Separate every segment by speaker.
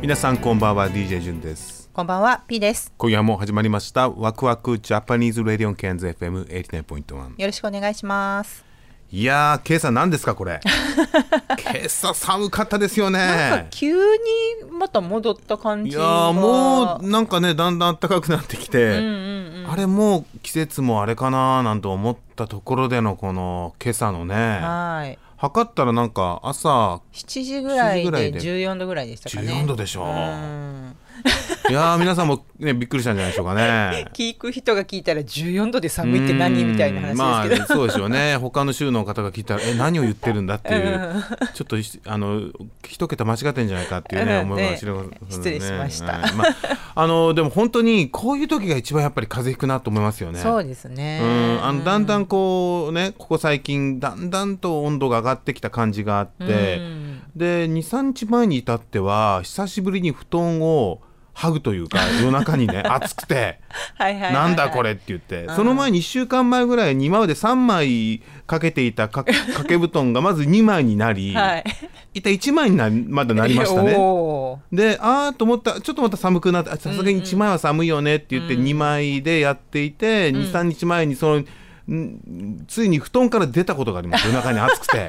Speaker 1: 皆さんこんばんは DJ ジュンです
Speaker 2: こんばんは、P です。
Speaker 1: 今夜も始まりましたワクワクジャパニーズレディオンケンズ FM89.1
Speaker 2: よろしくお願いします。
Speaker 1: いやー今朝何ですかこれ 今朝寒かったですよ
Speaker 2: なんか
Speaker 1: ね
Speaker 2: 急にまた戻った感
Speaker 1: い
Speaker 2: じ
Speaker 1: や
Speaker 2: が。
Speaker 1: ーもうなんかねだんだん暖かくなってきて、あれもう季節もあれかななんて思ったところでのこの今朝のね
Speaker 2: はい。
Speaker 1: 測ったらなんか朝
Speaker 2: 7時ぐらい
Speaker 1: 7時ぐらい
Speaker 2: で
Speaker 1: で
Speaker 2: 14度ぐらいでしたかね。
Speaker 1: 14度でしょ
Speaker 2: うん
Speaker 1: いやー皆さんもねびっくりしたんじゃないでしょう かね
Speaker 2: 聞く人が聞いたら14度で寒いって何みたいな話ですけど。
Speaker 1: まあそうですよね他の州の方が聞いたらえ何を言ってるんだっていうちょっといしあの一桁間違ってんじゃないかっていうね
Speaker 2: うん
Speaker 1: 思いが知れま
Speaker 2: ね失礼しました
Speaker 1: はいまあ、あのでも本当にこういう時が一番やっぱり風邪ひくなと思いますよ ね。
Speaker 2: そうですね。
Speaker 1: うんあのだんだんこうねここ最近だんだんと温度が上がってきた感じがあって、で23日前に至っては久しぶりに布団を剥ぐというか夜中 にね暑くて。
Speaker 2: はいはいはいはい
Speaker 1: なんだこれって言って、その前に1週間前ぐらいに今まで3枚かけ ていたか掛け布団がまず2枚になり、
Speaker 2: はい。
Speaker 1: 一体1枚になまだなりましたね。
Speaker 2: おー
Speaker 1: であーと思ったちょっとまた寒くなってあさすがに1枚は寒いよねって言って2枚でやっていて、23日前にその。んついに布団から出たことがあります夜中に暑く て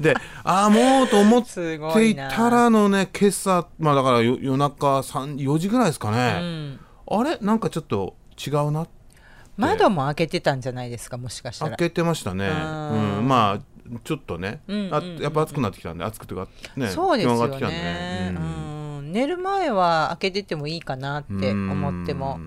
Speaker 1: でああもうと思っ
Speaker 2: すご
Speaker 1: て
Speaker 2: い
Speaker 1: い
Speaker 2: な
Speaker 1: たらのね今朝まあだからよ夜中3 4時ぐらいですかね、あれなんかちょっと違うな
Speaker 2: 窓も開けてたんじゃないですか、もしかしたら
Speaker 1: 開。けてましたね、うん
Speaker 2: ー
Speaker 1: まあちょっとね、
Speaker 2: んうんうん
Speaker 1: あやっぱ暑くなってきたんで暑くてかね
Speaker 2: そうです
Speaker 1: 気温
Speaker 2: よ
Speaker 1: 上がってきたんで
Speaker 2: ね
Speaker 1: ね。
Speaker 2: うん寝る前は開けててもいいかなって思っても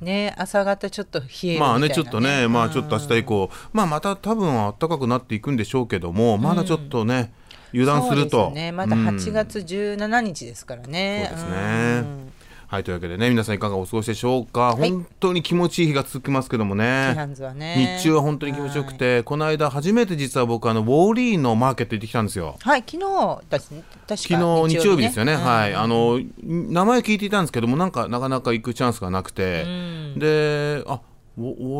Speaker 2: ね朝方ちょっと冷えるみたいな
Speaker 1: まあねちょっとね、まあちょっと明日以降、まあまた多分暖かくなっていくんでしょうけども、まだちょっとね油断する
Speaker 2: そう
Speaker 1: と
Speaker 2: ですねまだ
Speaker 1: うん
Speaker 2: 8月17日ですからね、
Speaker 1: そうですね
Speaker 2: うん
Speaker 1: はいというわけでね皆さんいかがお過ごしでしょうか、
Speaker 2: はい
Speaker 1: 本当に気持ちいい日が続きますけども
Speaker 2: ケハ
Speaker 1: ね
Speaker 2: ンズはね
Speaker 1: 日中は本当に気持ちよくて、この間初めて実は僕あのウォーリーのマーケット行ってきたんですよ
Speaker 2: はい昨日だし確か
Speaker 1: 昨日日曜日ですよね、はい
Speaker 2: うん
Speaker 1: あの名前聞いていたんですけどもなんかなかなか行くチャンスがなくて、であウォウォ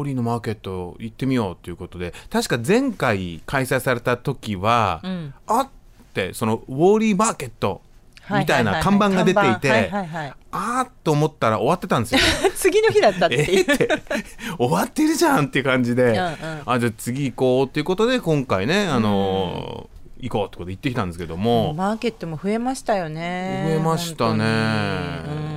Speaker 1: ーリーのマーケット行ってみようということで確か前回開催された時は、あってそのウォーリーマーケットみたいな看板が出ていて、
Speaker 2: はいはいはいは
Speaker 1: あーっと思ったら終わってた んですよ。
Speaker 2: い次の日だったって
Speaker 1: え
Speaker 2: い
Speaker 1: っ
Speaker 2: う、
Speaker 1: て終わってるじゃんっていう感じ
Speaker 2: んう
Speaker 1: で、
Speaker 2: ん
Speaker 1: あじゃあ次行こうっていうことで今回ね、あの行こうってことで行ってきたんですけど も、
Speaker 2: マーケットも増えましたよね
Speaker 1: 増えました
Speaker 2: 本当にう
Speaker 1: ね。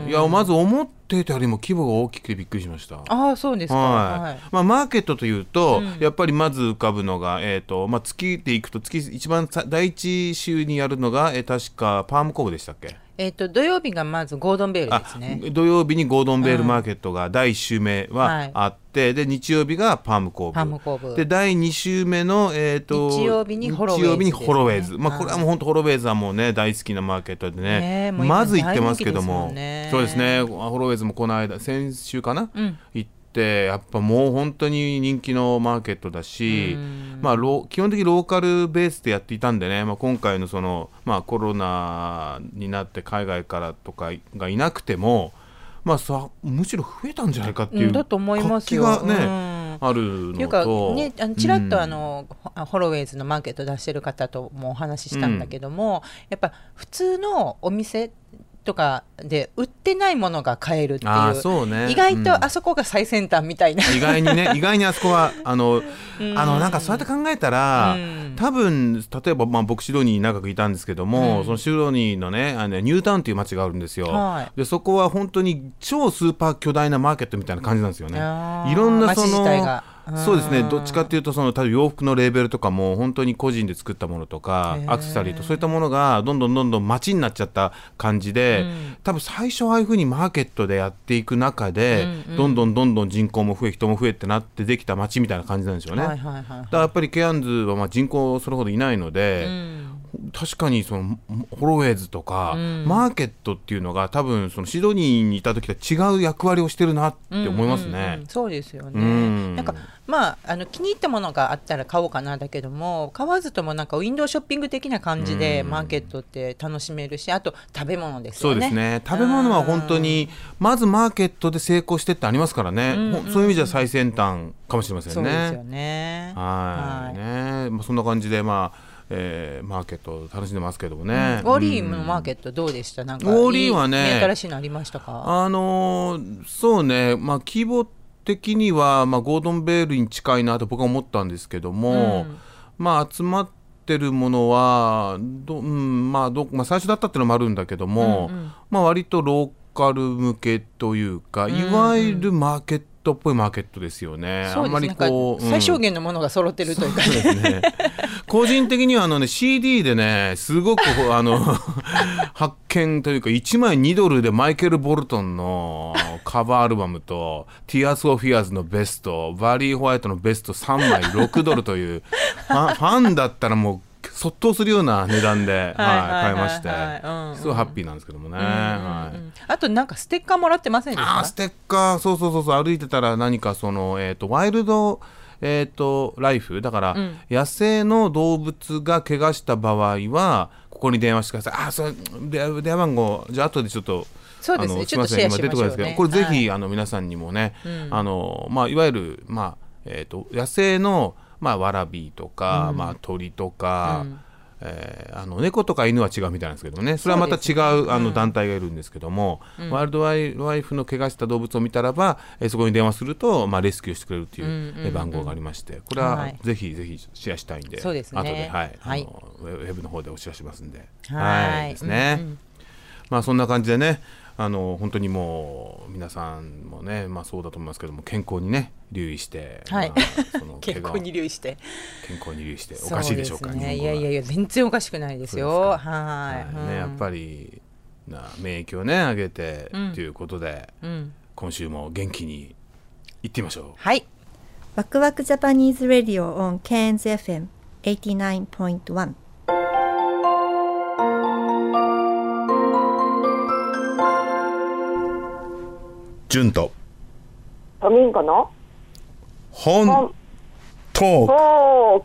Speaker 2: ん
Speaker 1: いやまず思ってたよりも規模が大きくてびっくりしました。
Speaker 2: ああそうですか、は
Speaker 1: はいいまあ、マーケットというと、やっぱりまず浮かぶのが、えーとまあ、月でいくと月一番さ第一週にやるのが、えー確かパームコブでしたっけ
Speaker 2: えっ、と土曜日がまずゴードンベール
Speaker 1: あ
Speaker 2: ですね。
Speaker 1: 土曜日にゴードンベールマーケットが第1週目
Speaker 2: はい
Speaker 1: はあって、で日曜日がパームコーブ
Speaker 2: パームコーブ
Speaker 1: で第2週目の、えー、と
Speaker 2: 日曜日にホロウェイズ
Speaker 1: 日曜日にホロウェイズ
Speaker 2: ですね
Speaker 1: まあ、これはもう本当ホロウェイズはもうね大好きなマーケットでね
Speaker 2: ねえもう今
Speaker 1: まず行ってますけど
Speaker 2: 大人
Speaker 1: も
Speaker 2: 気です
Speaker 1: そ
Speaker 2: もんね
Speaker 1: うですねホロウェイズもこの間先週かな、行ってやっぱもう本当に人気のマーケットだし、まあ、ロー基本的にローカルベースでやっていたんでね、まあ、今回のその、まあ、コロナになって海外からとかがいなくても、まあ、さむしろ増えたんじゃないかっていううん
Speaker 2: だと思いま
Speaker 1: 活
Speaker 2: す
Speaker 1: 気
Speaker 2: よ
Speaker 1: がね、
Speaker 2: うん
Speaker 1: ある
Speaker 2: ってい
Speaker 1: の
Speaker 2: うか
Speaker 1: と。
Speaker 2: ね、あのちらっと
Speaker 1: うん
Speaker 2: あの、ほホロウェイズのマーケット出してる方ともお話ししたんだけども、やっぱ普通のお店とかで売ってないものが買えるってい
Speaker 1: あー
Speaker 2: う
Speaker 1: そうね
Speaker 2: 意外
Speaker 1: うん
Speaker 2: とあそこが最先端みたいな、
Speaker 1: 意外に ね意外にあそこはあのあのなんかそうやって考えたら、
Speaker 2: うん
Speaker 1: 多分例えば、まあ、僕シドニーに長くいたんですけども、そのシドニーのねあのニュータウンという街があるんですよ、
Speaker 2: は
Speaker 1: でそこは本当に超スーパー巨大なマーケットみたいな感じなんですよね
Speaker 2: あー
Speaker 1: いろんなそ
Speaker 2: 街自
Speaker 1: の
Speaker 2: 体が
Speaker 1: そうですねどっちかっていうとその多分洋服のレーベルとかも本当に個人で作ったものとかアクセサリーとそういったものがどんどんどんどん街になっちゃった感じで、多分最初ああいうふうにマーケットでやっていく中で、どんどんどんどん人口も増え人も増えってなってできた街みたいな感じなんですよね。
Speaker 2: はいはいはい
Speaker 1: だからやっぱりケアンズはまあ人口それほどいないので、確かにそのホロウェイズとか、マーケットっていうのが多分そのシドニーにいた時とは違う役割をしてるなって思いますね。
Speaker 2: うんうんそうですよね、
Speaker 1: うん
Speaker 2: なんかまああの気に入ったものがあったら買おうかなだけども買わずともなんかウィンドウショッピング的な感じでマーケットって楽しめるしあと食べ物です
Speaker 1: そ
Speaker 2: よね
Speaker 1: うですね食べ物は本当にまずマーケットで成功してってありますからね、ほんそういう意味じゃ最先端かもしれませ
Speaker 2: そ
Speaker 1: ん
Speaker 2: うですよ
Speaker 1: ね。
Speaker 2: ね
Speaker 1: はいねまあ、そんな感じで、まあえーマーケットを楽しんでますけどもね。
Speaker 2: ウォーリーのマーケットどうでしたなんか
Speaker 1: ウォーリーはね
Speaker 2: いい新しいのありましたか
Speaker 1: あのーそうね、まあ、規模的には、まあ、ゴードン・ベールに近いなと僕は思ったんですけども、まあ、集まってるものはど、うんまあどまあ、最初だったっていうのもあるんだけども、まあ、割とローカル向けというか、いわゆるマーケットっぽいマーケットですよね。
Speaker 2: そう
Speaker 1: あ
Speaker 2: で
Speaker 1: ん
Speaker 2: す
Speaker 1: まりこう、
Speaker 2: なんか最
Speaker 1: うん
Speaker 2: 小限のものが揃ってるというか、
Speaker 1: そうですね。個人的にはあのね CD でねすごくほ あの発見というか1枚2ドルでマイケル・ボルトンのカバーアルバムと「Tears of Fears」のベストバリー・ホワイトのベスト3枚6ドルというファンファンだったらもうそっとするような値段で、
Speaker 2: はい
Speaker 1: はい、買いまして、
Speaker 2: はいはいうん
Speaker 1: すごいハッピーなんですけどもね。はい
Speaker 2: あとなんかステッカーもらってませんでし
Speaker 1: あー
Speaker 2: た
Speaker 1: ステッカーそうそうそうそう歩いてたら何かその、えー、とワイルド、えー、とライフだから、野生の動物が怪我した場合はここに電話してくださいあーそれで電話番号じゃあ後でちょっと。
Speaker 2: そうですね
Speaker 1: あの
Speaker 2: ちょっと
Speaker 1: すいません
Speaker 2: シェアしましょうね
Speaker 1: 今出てこないですけどこれぜひ、あの皆さんにもね、あのまあいわゆるまあえっ、と野生のまあわらびとか、まあ鳥とか、えーあの猫とか犬は違うみたいなんですけどねそれはまた違うあの団体がいるんですけども、ワイルドワイワイフの怪我した動物を見たらば、えーそこに電話すると、まあ、レスキューしてくれるっていう,、えー番号がありましてこれ
Speaker 2: は
Speaker 1: はいぜひぜひシェアしたいんで
Speaker 2: そうですね
Speaker 1: 後で、はい
Speaker 2: はい
Speaker 1: あのウェウェブの方でお知らせしますんで。
Speaker 2: はい
Speaker 1: ですね。まあそんな感じでねあの本当にもう皆さんもね、まあ、そうだと思いますけども健康にね留意して、
Speaker 2: はい
Speaker 1: まあ その
Speaker 2: 結
Speaker 1: 怪我
Speaker 2: 構
Speaker 1: を
Speaker 2: に留意して
Speaker 1: 健康に留意しておかしいでしょうか
Speaker 2: そうですね
Speaker 1: 日
Speaker 2: い
Speaker 1: 本
Speaker 2: や
Speaker 1: 語はい
Speaker 2: やいや全然おかしくないです
Speaker 1: そう
Speaker 2: よ
Speaker 1: ですか
Speaker 2: はい、
Speaker 1: はいね、やっぱりな免疫をね上げてと、いうことで、今週も元気にいってみましょう。
Speaker 2: はい
Speaker 3: ワクワクジャパニーズ・ラディオ on Cairns FM 89.1
Speaker 4: 純と
Speaker 5: ドミンゴの
Speaker 4: 本トーク
Speaker 5: トー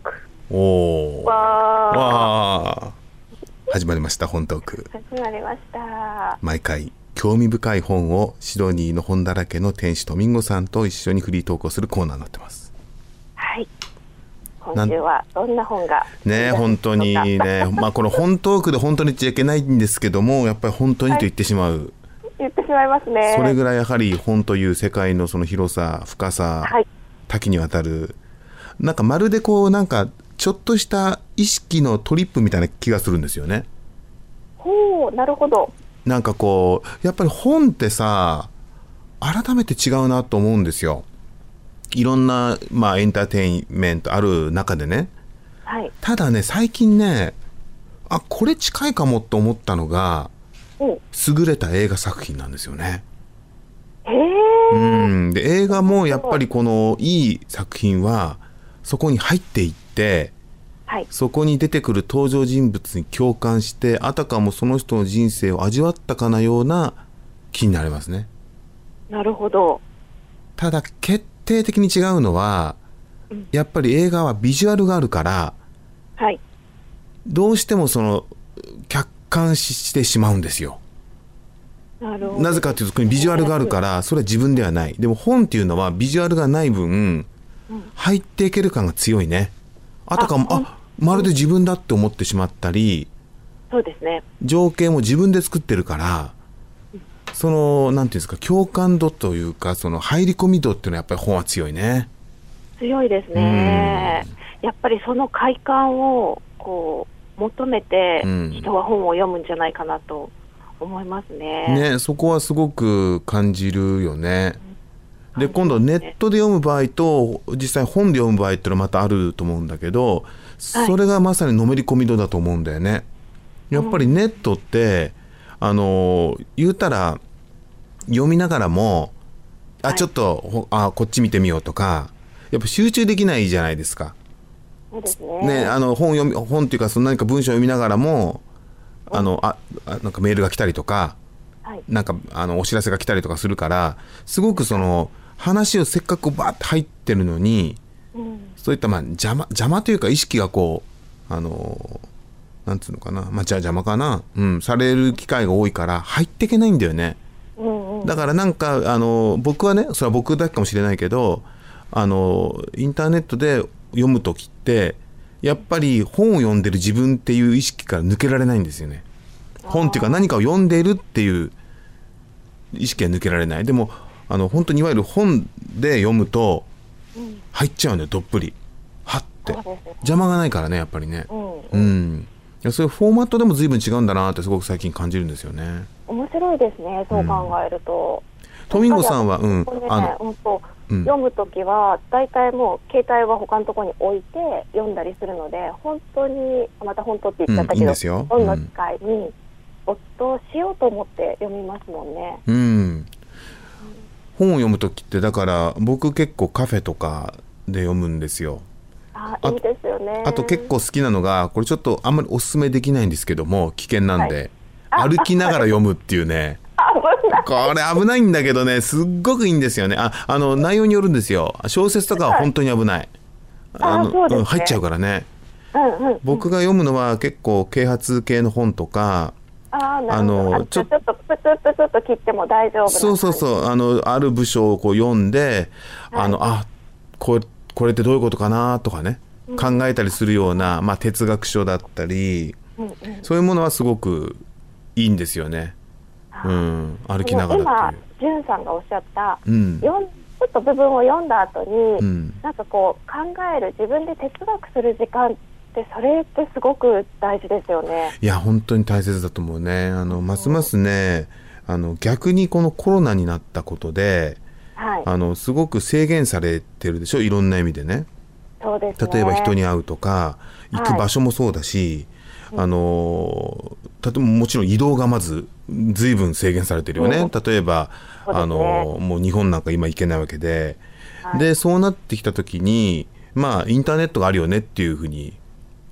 Speaker 5: ク
Speaker 4: おー
Speaker 5: は
Speaker 4: わー始まりました本トーク
Speaker 5: 始まりました。
Speaker 4: 毎回興味深い本をシドニーの本だらけの店主トミンゴさんと一緒にフリートークをするコーナーになってます
Speaker 5: はい。今週はどんな本が
Speaker 4: ねえ本当にねまあこの本トークで本当に言っちゃいけないんですけどもやっぱり本当にと言ってしまう、
Speaker 5: 言ってしまいますね。
Speaker 4: それぐらいやはり本という世界のその広さ深さ、
Speaker 5: はい
Speaker 4: 多岐にわたるなんかまるでこうなんかちょっとした意識のトリップみたいな気がするんですよね
Speaker 5: ほう、なるほど。
Speaker 4: なんかこうやっぱり本ってさ改めて違うなと思うんですよいろんな、まあ、エンターテインメントある中でね
Speaker 5: はい。
Speaker 4: ただね最近ねあこれ近いかもと思ったのが
Speaker 5: うん。
Speaker 4: 優れた映画作品なんですよね
Speaker 5: へえ。
Speaker 4: うん、で映画もやっぱりこのいい作品はそこに入っていって
Speaker 5: はい。
Speaker 4: そこに出てくる登場人物に共感してあたかもその人の人生を味わったかのような気になりますね
Speaker 5: なるほど。
Speaker 4: ただ決定的に違うのはやっぱり映画はビジュアルがあるから
Speaker 5: はい。
Speaker 4: どうしてもその客観視してしまうんですよ
Speaker 5: なるほど。
Speaker 4: なぜかというとここにビジュアルがあるからそれは自分ではないでも本っていうのはビジュアルがない分入っていける感が強いねあたかもあまるで自分だって思ってしまったり
Speaker 5: そうですね。
Speaker 4: 情景も自分で作ってるからそのなんていうんですか共感度というかその入り込み度っていうのはやっぱり本は強いね
Speaker 5: 強いですね。やっぱりその快感を、こう、求めて
Speaker 4: うん、
Speaker 5: 人は本を読むんじゃないかなと思いますね。
Speaker 4: ねそこはすごく感じるよね
Speaker 1: で今度ネットで読む場合と実際本で読む場合っていうのはまたあると思うんだけどそれがまさにのめり込み度だと思うんだよね。やっぱりネットってあの言うたら読みながらもあちょっと、ほあこっち見てみようとかやっぱ集中できないじゃないですか。
Speaker 5: そうですね。
Speaker 1: ね、あの本読み本っていうかその何か文章を読みながらもあのああなんかメールが来たりとか
Speaker 5: はい。
Speaker 1: なんかあのお知らせが来たりとかするからすごくその話をせっかくこうバーって入ってるのに
Speaker 5: うん。
Speaker 1: そういったまあ邪魔邪魔というか意識がこうあのなんつうのかなまあじゃあ邪魔かなうんされる機会が多いから入っていけないんだよね。
Speaker 5: うんうん。
Speaker 1: だからなんかあの僕はねそれは僕だけかもしれないけどあのインターネットで読む時ってやっぱり本を読んでる自分っていう意識から抜けられないんですよね。本っていうか何かを読んでいるっていう意識は抜けられないでもあの本当にいわゆる本で読むと入っちゃうんだよどっぷりはって邪魔がないからねやっぱりね
Speaker 5: うん。
Speaker 1: うんいやそういうフォーマットでも随分違うんだなってすごく最近感じるんですよね
Speaker 5: 面白いですね。そう考えると。
Speaker 1: トミンゴさんはうん
Speaker 5: これね
Speaker 1: あの、
Speaker 5: 本当、
Speaker 1: うん
Speaker 5: 読むときは、大体もう、携帯は他のところに置いて読んだりするので、本当に、また本当って言っちゃったけ
Speaker 1: うんいい
Speaker 5: ど、
Speaker 1: んですよ
Speaker 5: 本の機会に、没頭しようと思って読みますもんね。
Speaker 1: うん、本を読む時ってだから僕結構カフェとかで読むんですよ
Speaker 5: あ
Speaker 1: あ
Speaker 5: いいですよね。
Speaker 1: あと結構好きなのがこれちょっとあんまりおすすめできないんですけども危険なんで、
Speaker 5: はいあ
Speaker 1: 歩きながら読むっていうね
Speaker 5: 危ない。
Speaker 1: これ 危ないんだけどねすっごくいいんですよねああの内容によるんですよ小説とかは本当に危ない、
Speaker 5: あ
Speaker 1: の
Speaker 5: そうですね
Speaker 1: ん入っちゃうからね
Speaker 5: うんうん。
Speaker 1: 僕が読むのは結構啓発系の本とか
Speaker 5: あーなるほ
Speaker 1: あ
Speaker 5: ど。
Speaker 1: の
Speaker 5: あ
Speaker 1: ち
Speaker 5: ち
Speaker 1: ょ
Speaker 5: ょちょっとプツプツっと切っても大丈夫な感じ
Speaker 1: そうそうそうあのある部署をこう読んで、あのあこれこれってどういうことかなとかね、考えたりするような、まあ、哲学書だったり、そういうものはすごくいいんですよね、うん、歩きながらっていう。
Speaker 5: 今、じゅんさんがおっしゃった、
Speaker 1: うん
Speaker 5: 読んちょっと部分を読んだ後に、
Speaker 1: うん
Speaker 5: なんかこう、考える、自分で哲学する時間って、それってすごく大事ですよね。
Speaker 1: いや本当に大切だと思うねあのますますねあの逆にこのコロナになったことで
Speaker 5: はい、
Speaker 1: あのすごく制限されてるでしょいろんな意味でね。
Speaker 5: そうですね。
Speaker 1: 例えば人に会うとか行く場所もそうだし、あの例えばもちろん移動がまず随分制限されてるよね、例えば、
Speaker 5: そうです
Speaker 1: あ
Speaker 5: ね
Speaker 1: のもう日本なんか今行けないわけで、でそうなってきた時にまあインターネットがあるよねっていうふうに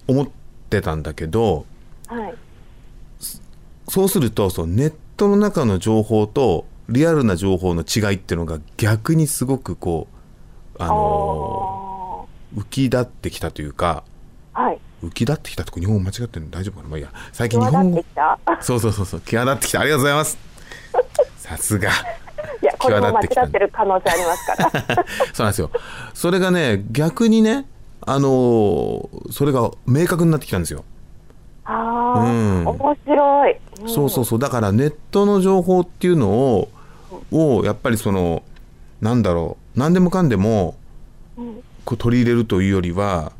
Speaker 1: 思ってたんだけど
Speaker 5: はい、
Speaker 1: そうするとそのネットの中の情報とリアルな情報の違いっていうのが逆にすごくこうあの
Speaker 5: お
Speaker 1: 浮き立ってきたというか。
Speaker 5: ーはい、
Speaker 1: 浮き立ってきたとこ日本語間違ってるの大丈夫かなまあいいや最近日
Speaker 5: 際
Speaker 1: 本
Speaker 5: 立
Speaker 1: 語
Speaker 5: ってきた。
Speaker 1: そうそうそうそう際立ってきたありがとうございますさすが
Speaker 5: いや、これも
Speaker 1: 際
Speaker 5: 間
Speaker 1: 立ってきた
Speaker 5: 違ってる可能性ありますから。
Speaker 1: そうなんですよそれがね逆にねあのーそれが明確になってきたんですよ、
Speaker 5: あ
Speaker 1: う
Speaker 5: あ、
Speaker 1: ん、
Speaker 5: 面白い。
Speaker 1: そうそうそうだからネットの情報っていうのををやっぱりそのなんだろう何でもかんでもこう取り入れるというよりは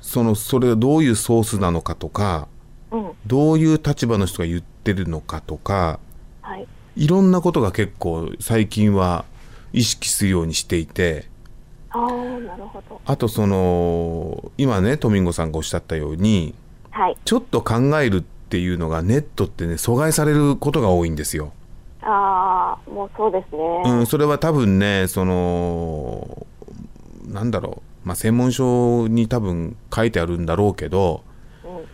Speaker 1: そのそれがどういうソースなのかとか
Speaker 5: うん、
Speaker 1: どういう立場の人が言ってるのかとか
Speaker 5: はい、
Speaker 1: いろんなことが結構最近は意識するようにしていて
Speaker 5: ああ、なるほど。
Speaker 1: あとその今ねトミンゴさんがおっしゃったように
Speaker 5: はい、
Speaker 1: ちょっと考えるっていうのがネットってね阻害されることが多いんですよ。
Speaker 5: ああ、もうそうですね。
Speaker 1: うん、それは多分ねそのなんだろう、まあ、専門書に多分書いてあるんだろうけど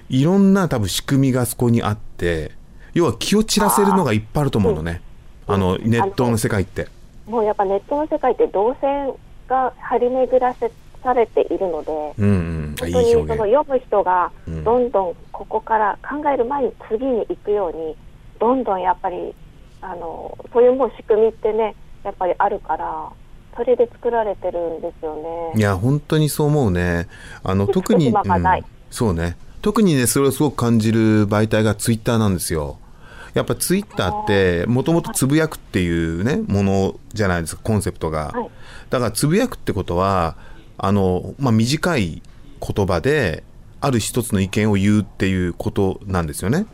Speaker 1: いろんな多分仕組みがそこにあって要は気を散らせるのがいっぱいあると思うのねあのネットの世界って。
Speaker 5: もうやっぱネットの世界って動線が張り巡らせされているので、
Speaker 1: うんうん、あい
Speaker 5: 本
Speaker 1: い
Speaker 5: 当にそ
Speaker 1: 表
Speaker 5: の
Speaker 1: 現
Speaker 5: 読む人が
Speaker 1: ん
Speaker 5: どんどんここから考える前に次に行くように、どんどんやっぱりあのそういうもう仕組みってねやっぱりあるからそれで作られてるんですよ
Speaker 1: い
Speaker 5: ね。
Speaker 1: や本当にそう思うねあの特に、
Speaker 5: 隙間がない
Speaker 1: そうね特にねそれをすごく感じる媒体がツイッターなんですよやっぱツイッターってもともとつぶやくっていうねものじゃないですかコンセプトが、
Speaker 5: はい
Speaker 1: だからつぶやくってことはあの、まあ、短い言葉である一つの意見を言うっていうことなんですよね、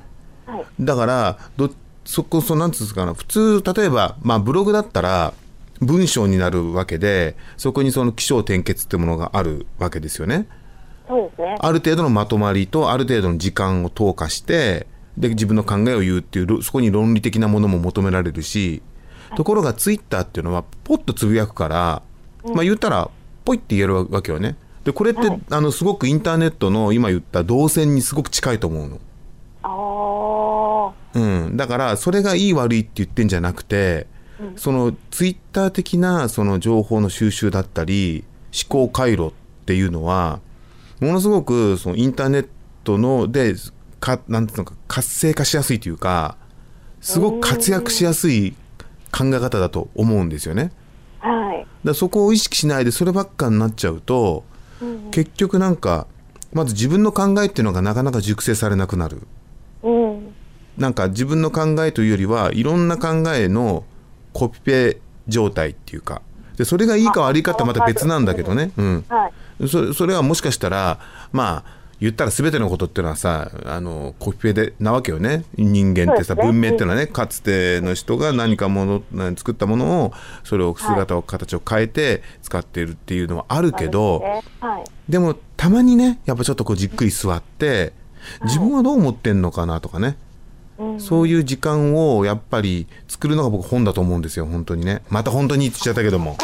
Speaker 5: はい
Speaker 1: だからどそこそなんつうんですかな普通例えば、まあ、ブログだったら文章になるわけでそこにその起承転結ってものがあるわけですよね。
Speaker 5: そうですね。
Speaker 1: ある程度のまとまりとある程度の時間を投下してで自分の考えを言うっていうろそこに論理的なものも求められるしところがツイッターっていうのはポッとつぶやくから、まあ、言ったらポイって言えるわけよね。でこれって、あのすごくインターネットの今言った動線にすごく近いと思うの。
Speaker 5: ああ、
Speaker 1: うん、だからそれがいい悪いって言ってんじゃなくて、そのツイッター的なその情報の収集だったり思考回路っていうのはものすごくそのインターネットのでかなんていうのか活性化しやすいというかすごく活躍しやすい考え方だと思うんですよね。
Speaker 5: はい。
Speaker 1: だからそこを意識しないでそればっかになっちゃうと、結局なんかまず自分の考えっていうのがなかなか熟成されなくなる。
Speaker 5: うん。
Speaker 1: なんか自分の考えというよりはいろんな考えのコピペ状態っていうかでそれがいいか悪いかってまた別なんだけどね、うん、
Speaker 5: はい。
Speaker 1: そそれはもしかしたらまあ言ったら全てのことっていうのはさあのコピペでなわけよね人間ってさ、
Speaker 5: そうですね
Speaker 1: 文明っていうのはねかつての人が何かもの何作ったものをそれを姿を形を変えて使っているっていうのはあるけど、
Speaker 5: はい。
Speaker 1: でもたまにねやっぱちょっとこうじっくり座って自分はどう思ってんのかなとかね、そういう時間をやっぱり作るのが僕本だと思うんですよ本当にねまた本当にって言っちゃったけども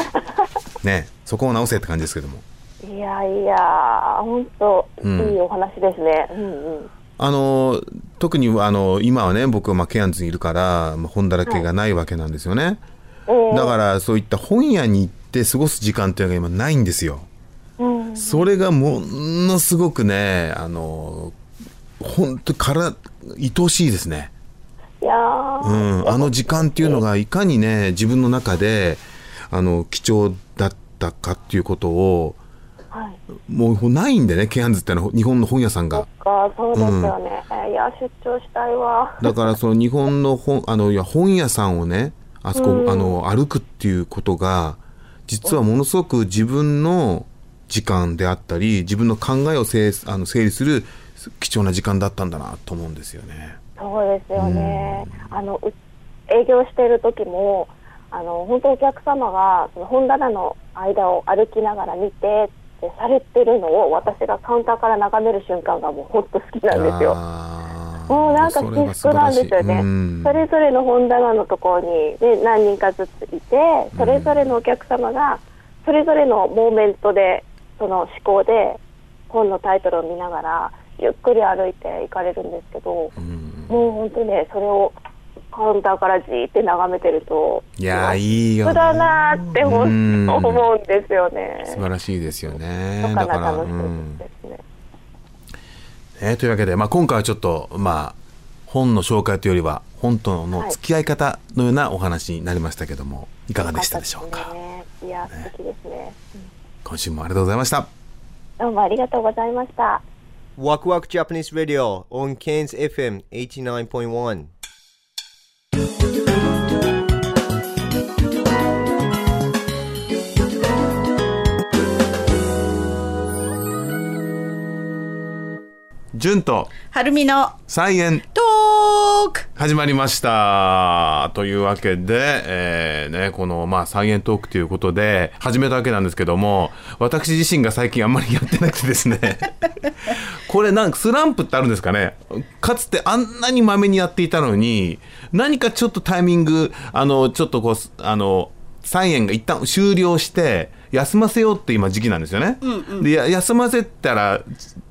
Speaker 1: ねそこを直せって感じですけども
Speaker 5: いやいや、本当、いいお話ですね。うんうん。
Speaker 1: あの特にあの今はね僕はまあケアンズにいるから、まあ、本だらけがないわけなんですよね、だからそういった本屋に行って過ごす時間っていうのが今ないんですよ、それがものすごくねあの本当から愛しいですね
Speaker 5: いやー、
Speaker 1: うん、あの時間っていうのがいかにね自分の中であの貴重だったかっていうことを
Speaker 5: はい。
Speaker 1: もうないんでねケアンズってのは日本の本屋さん
Speaker 5: そ
Speaker 1: が
Speaker 5: っ。か、そうですよね。いや、出張したいわ。
Speaker 1: だからその日本の本あのいや本屋さんをねあそこ、あの歩くっていうことが実はものすごく自分の時間であったり自分の考えをせいあの整理する貴重な時間だったんだなと思うんですよね。
Speaker 5: そうですよね。あの、う営業している時も、あの、本当お客様が、その本棚の間を歩きながら見て、ってされてるのを私がカウンターから眺める瞬間がもう本当好きなんですよ。
Speaker 1: あー
Speaker 5: もうなんか
Speaker 1: それ
Speaker 5: 私
Speaker 1: は素晴
Speaker 5: 服な
Speaker 1: ら
Speaker 5: ん
Speaker 1: しい
Speaker 5: ですよね。
Speaker 1: うん
Speaker 5: それぞれの本棚のところに、ね、何人かずついて、それぞれのお客様が、それぞれのモーメントで、その思考で、本のタイトルを見ながら、ゆっくり歩いて行かれるんですけど、もう本当ね、それをカウンターからじーって眺めてると、
Speaker 1: いやーいいよね
Speaker 5: 普だなーってほ
Speaker 1: うん
Speaker 5: んと思うんですよね。
Speaker 1: 素晴らしいですよね。だか、
Speaker 5: なかなからの
Speaker 1: うん
Speaker 5: 人ですね。
Speaker 1: ね、というわけで、まあ、今回はちょっと、まあ、本の紹介というよりは本との付き合い方のようなお話になりましたけども、い、かがでしたでしょうか、
Speaker 5: ねいや、素敵ですね。
Speaker 1: 今週もありがとうございました
Speaker 5: どうもありがとうございました。
Speaker 6: Waku Waku Japanese Radio on Cairns FM 89.1.
Speaker 1: 純と
Speaker 7: はるみの
Speaker 1: 菜園
Speaker 7: トーク
Speaker 1: 始まりましたというわけで、えーね、この、まあ、菜園トークということで始めたわけなんですけども私自身が最近あんまりやってなくてですねこれなんかスランプってあるんですかねかつてあんなにまめにやっていたのに何かちょっとタイミングあのちょっとこうあの菜園が一旦終了して休ませようって今時期なんですよね、でや休ませたら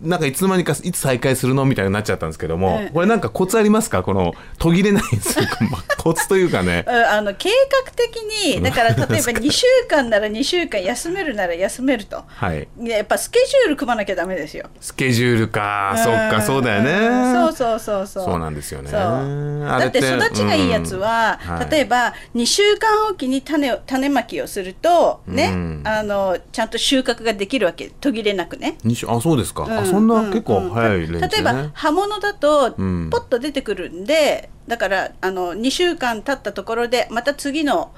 Speaker 1: なんかいつの間にかいつ再開するのみたいになっちゃったんですけども、これなんかコツありますかこの途切れないですか まあコツというかね
Speaker 8: うんあの計画的に だから例えば2週間なら2週間休めるなら休めると、
Speaker 1: はい
Speaker 8: ねやっぱスケジュール組まなきゃダメですよ
Speaker 1: スケジュールかそっかそうだよね
Speaker 8: そうそうそうそう
Speaker 1: そうなんですよね
Speaker 8: そう
Speaker 1: あ
Speaker 8: だ
Speaker 1: れ
Speaker 8: って育ちがいいやつは、
Speaker 1: うんはい
Speaker 8: 例えば2週間おきに種を種まきをするとね、
Speaker 1: うん
Speaker 8: あのちゃんと収穫ができるわけ途切れなくね
Speaker 1: にしあそうですか、
Speaker 8: う
Speaker 1: あ
Speaker 8: ん
Speaker 1: そん
Speaker 8: う
Speaker 1: なん結構
Speaker 8: うん
Speaker 1: 早いレンジ、ね
Speaker 8: 例えば葉物だとポ
Speaker 1: ん
Speaker 8: ッと出てくるんで、だからあの2週間経ったところでまた次の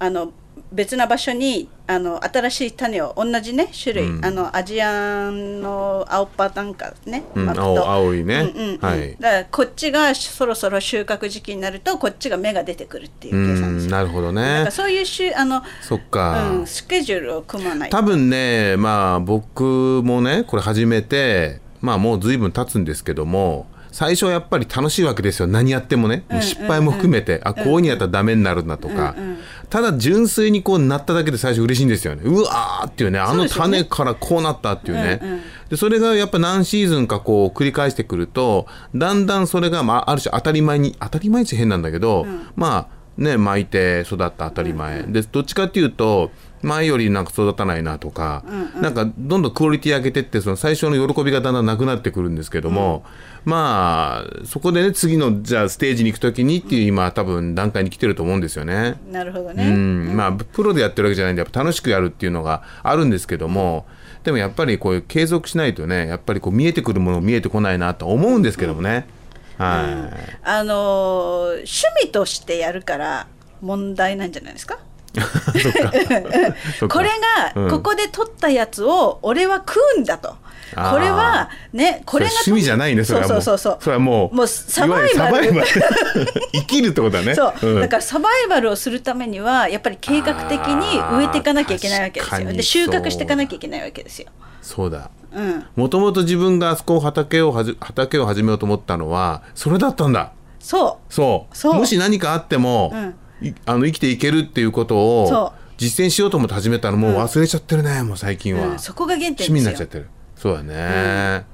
Speaker 8: あの別な場所にあの新しい種を同じね種類、
Speaker 9: うん
Speaker 8: あのアジアンの青パタンかね、
Speaker 9: うん
Speaker 8: まあ
Speaker 9: 青青いね
Speaker 8: うんうんうん
Speaker 9: はい
Speaker 8: だからこっちがそろそろ収穫時期になるとこっちが芽が出てくるっていう、
Speaker 9: うんなるほど
Speaker 8: なん
Speaker 9: ね
Speaker 8: かそういうしゅあの、
Speaker 9: そっか、
Speaker 8: うん、スケジュールを組まない
Speaker 1: 多分ねまあ僕もねこれ始めてまあもう随分経つんですけども最初はやっぱり楽しいわけですよ何やってもね、
Speaker 9: うんうんうん
Speaker 1: 失敗も含めて、あこういうふうにやったらダメになるなとか、ただ純粋にこうなっただけで最初嬉しいんですよねうわーっていうねあの種からこうなったっていうね
Speaker 9: うんうん
Speaker 1: でそれがやっぱ何シーズンかこう繰り返してくるとだんだんそれが、まあ、ある種当たり前に当たり前っちゃ変なんだけど、まあね巻いて育った当たり前、でどっちかっていうと前よりなんか育たないなとか、
Speaker 9: うんうん
Speaker 1: なんかどんどんクオリティ上げてってその最初の喜びがだんだんなくなってくるんですけども、まあそこでね次のじゃあステージに行く時にっていう今多分段階に来てると思うんですよね。
Speaker 8: なるほど
Speaker 1: う
Speaker 8: ね、
Speaker 1: ん、まあプロでやってるわけじゃないんでやっぱ楽しくやるっていうのがあるんですけどもでもやっぱりこういう継続しないとねやっぱりこう見えてくるもの見えてこないなと思うんですけどもね、は
Speaker 8: あのー趣味としてやるから問題なんじゃな いですか
Speaker 1: い、そっか
Speaker 8: これ
Speaker 1: うん
Speaker 8: がここで取ったやつを俺は食うんだと、
Speaker 1: あー
Speaker 8: これはねこれが
Speaker 1: それは趣味じゃないねそれはも
Speaker 8: そううそうそうそう
Speaker 1: それはもう
Speaker 8: もうサバイバル
Speaker 1: いわゆるサバイ バル生きるってことだね
Speaker 8: そう、
Speaker 1: ん
Speaker 8: だからサバイバルをするためにはやっぱり計画的に植えていかなきゃいけないわけです
Speaker 1: あー確
Speaker 8: よ
Speaker 1: かに
Speaker 8: で収穫していかなきゃいけないわけですよ、
Speaker 1: そうだ
Speaker 8: うん、
Speaker 1: もともと自分があそこを畑をはじ畑を始めようと思ったのはそれだったんだ
Speaker 8: そ
Speaker 1: そう
Speaker 8: そう
Speaker 1: もし何かあっても、
Speaker 8: う、うん、
Speaker 1: いあの生きていけるっていうこと
Speaker 8: そ
Speaker 1: を実践しようと思って始めたのもう忘れちゃってるね、もう最近は、
Speaker 8: うんそこが原点です
Speaker 1: 趣
Speaker 8: よ
Speaker 1: 味になっちゃってるそうだね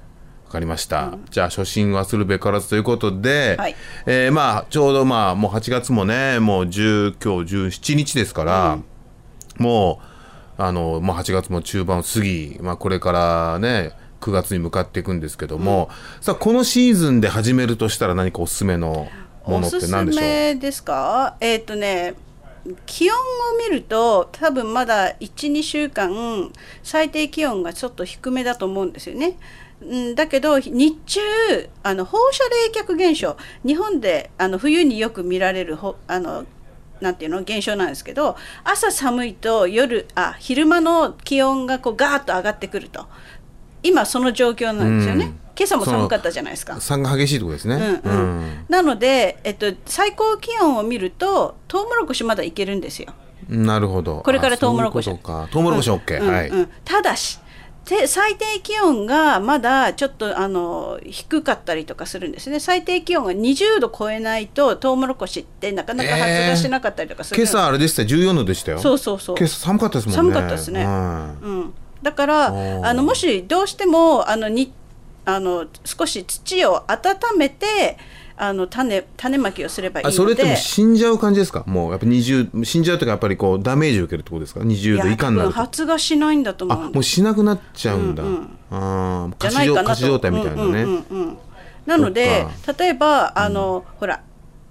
Speaker 1: わ、かりました、じゃあ初心忘るべからずということで、
Speaker 8: はい
Speaker 1: えーまあちょうどまあもう8月もねもう10今日17日ですから、もうあの、まあ、8月も中盤を過ぎ、まあ、これからね9月に向かっていくんですけども、さあこのシーズンで始めるとしたら何かおすすめのも
Speaker 8: お
Speaker 1: のっ
Speaker 8: す
Speaker 1: て
Speaker 8: す
Speaker 1: 何でしょう
Speaker 8: めですかえーっ、とね気温を見ると多分まだ12週間最低気温がちょっと低めだと思うんですよね。うん、だけど日中あの放射冷却現象日本であの冬によく見られるほあのなんていうの現象なんですけど朝寒いと夜あ昼間の気温がこうガーッと上がってくると今その状況なんですよね、
Speaker 1: うん
Speaker 8: 今朝も寒かったじゃないですか
Speaker 1: 差が激しいところですね。
Speaker 8: うんうんなので、えっと、最高気温を見るとトウモロコシまだいけるんですよ。
Speaker 1: うんなるほど。
Speaker 8: これから
Speaker 1: あそういう
Speaker 8: トウモロコシ
Speaker 1: ことか。トウモロコシ OK、
Speaker 8: うん
Speaker 1: はい、
Speaker 8: うんただして最低気温がまだちょっとあの低かったりとかするんですね最低気温が20度超えないとトウモロコシってなかなか発芽しなかったりとかする、
Speaker 1: 今朝あれでしたよ14度でしたよ。
Speaker 8: そうそうそう
Speaker 1: 今朝寒かったですもんね。
Speaker 8: 寒かったですね
Speaker 1: うん
Speaker 8: うん、だから
Speaker 1: ー
Speaker 8: あのもしどうしてもあのにあの少し土を温めてあの種種まきをすればいいの
Speaker 1: あ
Speaker 8: で
Speaker 1: それってもう死んじゃう感じですかもうやっぱ20死んじゃうというかやっぱりこうダメージ受けるってことですか
Speaker 8: い
Speaker 1: 20
Speaker 8: や
Speaker 1: 度以下にな
Speaker 8: 多
Speaker 1: る
Speaker 8: 分
Speaker 1: と
Speaker 8: 発芽しないんだと思
Speaker 1: あ
Speaker 8: うんです
Speaker 1: もうしなくなっちゃうんだ、
Speaker 8: うんう
Speaker 1: ああ
Speaker 8: じ
Speaker 1: 過死状
Speaker 8: ゃないかなと
Speaker 1: 過死状態みたいなね、
Speaker 8: うんうんうんうんなので例えばあの、ほら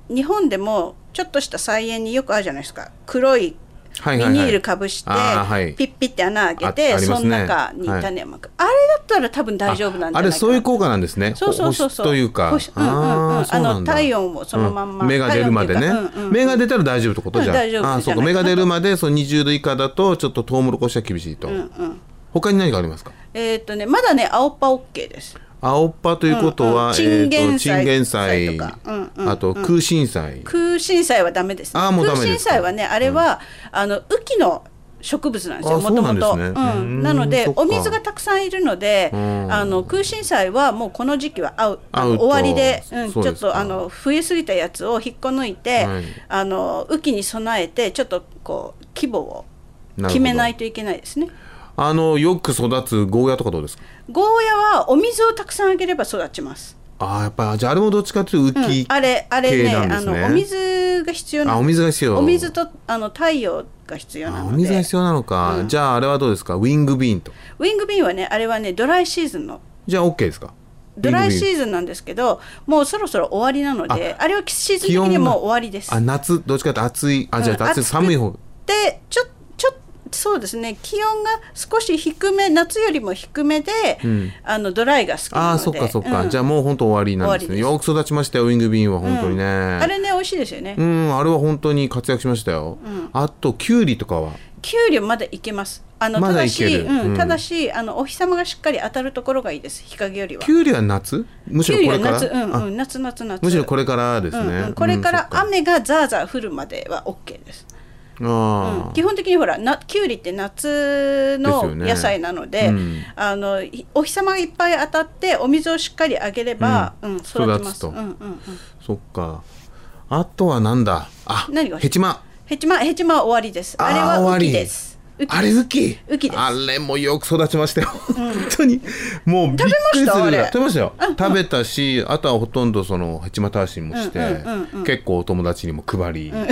Speaker 8: 日本でもちょっとした菜園によくあるじゃないですか黒い
Speaker 1: は
Speaker 8: ビ
Speaker 1: い
Speaker 8: ニ
Speaker 1: はいはい
Speaker 8: ールかぶして、
Speaker 1: あーはい
Speaker 8: ピッピッて穴開け
Speaker 1: あ
Speaker 8: て、
Speaker 1: ありま
Speaker 8: そ
Speaker 1: す
Speaker 8: の
Speaker 1: ね
Speaker 8: 中に種をまく、あれだったら多分大丈夫なんじ
Speaker 1: あ
Speaker 8: ゃな
Speaker 1: れ
Speaker 8: いか
Speaker 1: そう
Speaker 8: な
Speaker 1: いう効果なんですね
Speaker 8: そうそうそ
Speaker 1: 保
Speaker 8: うそう
Speaker 1: 湿というか
Speaker 8: 保湿うんうんうん
Speaker 1: ーそうなんだ
Speaker 8: あの体温をそのまんま
Speaker 1: うん芽が出るまでね、
Speaker 8: 体温っていうかうんうん
Speaker 1: 芽が出たら大丈夫ってこと、
Speaker 8: うん
Speaker 1: じゃあ
Speaker 8: 大丈夫
Speaker 1: あーそうか
Speaker 8: じゃな
Speaker 1: 芽
Speaker 8: いかな
Speaker 1: が出るまでその20度以下だとちょっとトウモロコシは厳しいと、
Speaker 8: うんうん
Speaker 1: 他に何がありますか
Speaker 8: えーっとねまだね青パ OK です
Speaker 1: 青っ葉ということは、
Speaker 8: うん
Speaker 1: えーと
Speaker 8: うんチンゲン菜
Speaker 1: チンゲン
Speaker 8: とかうんうん
Speaker 1: あと空心菜、
Speaker 8: 空心菜はダメですね
Speaker 1: あーもうダメ
Speaker 8: 空
Speaker 1: で
Speaker 8: 心
Speaker 1: すか
Speaker 8: 菜はねあれは、あの雨季の植物なんですよ
Speaker 1: あ
Speaker 8: も
Speaker 1: そう
Speaker 8: と
Speaker 1: な
Speaker 8: も
Speaker 1: んです
Speaker 8: と
Speaker 1: ねうん
Speaker 8: なので
Speaker 1: そっか
Speaker 8: お水がたくさんいるので
Speaker 1: うん
Speaker 8: あの空心菜はもうこの時期は合うあ
Speaker 1: 合う
Speaker 8: の
Speaker 1: と
Speaker 8: 終わりで,、うん、
Speaker 1: そう
Speaker 8: ちょ
Speaker 1: で
Speaker 8: っ
Speaker 1: すか
Speaker 8: とあの増えすぎたやつを引っこ抜いて、
Speaker 1: はい
Speaker 8: あの雨季に備えてちょっとこう規模を
Speaker 1: なるほど
Speaker 8: 決めないといけないですね
Speaker 1: あのよく育つゴーヤとかどうですか
Speaker 8: ゴーヤはお水をたくさんあげれば育ちます、
Speaker 1: ああやっぱじゃああれもどっちかというと
Speaker 8: うん
Speaker 1: 浮き、
Speaker 8: あれあれね
Speaker 1: 系なんで
Speaker 8: あ
Speaker 1: す
Speaker 8: の
Speaker 1: ね
Speaker 8: お水が必要なんです
Speaker 1: あお水が必要
Speaker 8: お水とあの太陽が必要な
Speaker 1: あ
Speaker 8: の
Speaker 1: お
Speaker 8: で
Speaker 1: 水が必要なのか、じゃああれはどうですかウィングビーンと
Speaker 8: ウィングビーンはねあれはねドライシーズンの
Speaker 1: じゃあ OK ですか
Speaker 8: ドライシー
Speaker 1: ン
Speaker 8: ズンなんですけどもうそろそろ終わりなのであれはシーズン的にもう終わりです
Speaker 1: あ夏どっちかというと暑いあじゃ
Speaker 8: うん
Speaker 1: あ暑い、
Speaker 8: 暑く
Speaker 1: 寒い方
Speaker 8: でちょちょそうですね気温が少し低め夏よりも低めで、
Speaker 1: うん
Speaker 8: あのドライが好きなので
Speaker 1: ああそっかそっか、
Speaker 8: うん
Speaker 1: じゃあもう本当終わりなんですね
Speaker 8: 終わ
Speaker 1: よく育ちましたよウィングビーンは本当にね、
Speaker 8: あれね美味しいですよね、
Speaker 1: うんあれは本当に活躍しましたよ、
Speaker 8: うん
Speaker 1: あとキュウリとかは
Speaker 8: 給料まだいけますあの
Speaker 1: ま
Speaker 8: た
Speaker 1: だ
Speaker 8: だ
Speaker 1: いけ
Speaker 8: し、
Speaker 1: る
Speaker 8: うん
Speaker 1: うん
Speaker 8: ただしあのお日様がしっかり当たるところがいいです日陰よりは
Speaker 1: キュウリは夏むしろ
Speaker 8: キュ
Speaker 1: こ
Speaker 8: ウ
Speaker 1: れ
Speaker 8: リ
Speaker 1: か
Speaker 8: は
Speaker 1: ら、
Speaker 8: 夏うん
Speaker 1: あ
Speaker 8: うん夏夏夏
Speaker 1: むしろこれからですね、
Speaker 8: うんうんこれから雨がザーザー降るまでは OK です、
Speaker 1: うんあ
Speaker 8: 基本的にほらなきゅうりって
Speaker 1: で
Speaker 8: 夏の
Speaker 1: すよね
Speaker 8: 野菜なので
Speaker 1: うん
Speaker 8: あのいお日様がいっぱい当たってお水をしっかりあげれば、うん育ちま
Speaker 1: 育つ
Speaker 8: す、
Speaker 1: と
Speaker 8: うんうんうん、
Speaker 1: あそっかあとはなんだあ
Speaker 8: 何が
Speaker 1: ヘチマ
Speaker 8: ヘチマヘチマは終わりですあれ
Speaker 1: あー終わ
Speaker 8: はウ
Speaker 1: り
Speaker 8: キですウキ
Speaker 1: あれウキ
Speaker 8: ウキです
Speaker 1: あれもよく育ちましたよ 本当にもうびっくりするぐらい食べま
Speaker 8: 食べま
Speaker 1: し
Speaker 8: したた
Speaker 1: よ食べたしあとはほとんどそのヘチマターシンもして、
Speaker 8: うんうんうんうん
Speaker 1: 結構お友達にも配り、はい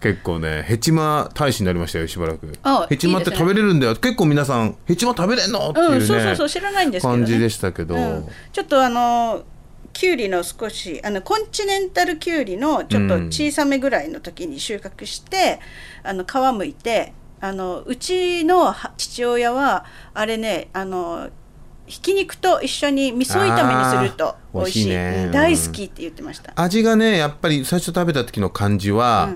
Speaker 1: 結構ねヘチマ大使になりましたよしばらく
Speaker 8: あ
Speaker 1: ヘチマって
Speaker 8: いいです
Speaker 1: 食
Speaker 8: ね
Speaker 1: べれるんだよ結構皆さんヘチマ食べれんのっていうね、
Speaker 8: うんそうそうそう知らないんですけどね
Speaker 1: 感じでしたけど、
Speaker 8: うんちょっとあのキュウリの少しあのコンチネンタルキュウリのちょっと小さめぐらいの時に収穫して、あの皮むいてあのうちのは父親はあれねあのひき肉と一緒に味噌炒めにすると
Speaker 1: あー
Speaker 8: 美味し
Speaker 1: 美味し
Speaker 8: い
Speaker 1: いね
Speaker 8: うん大好きって言ってました、
Speaker 1: 味がねやっぱり最初食べた時の感じは、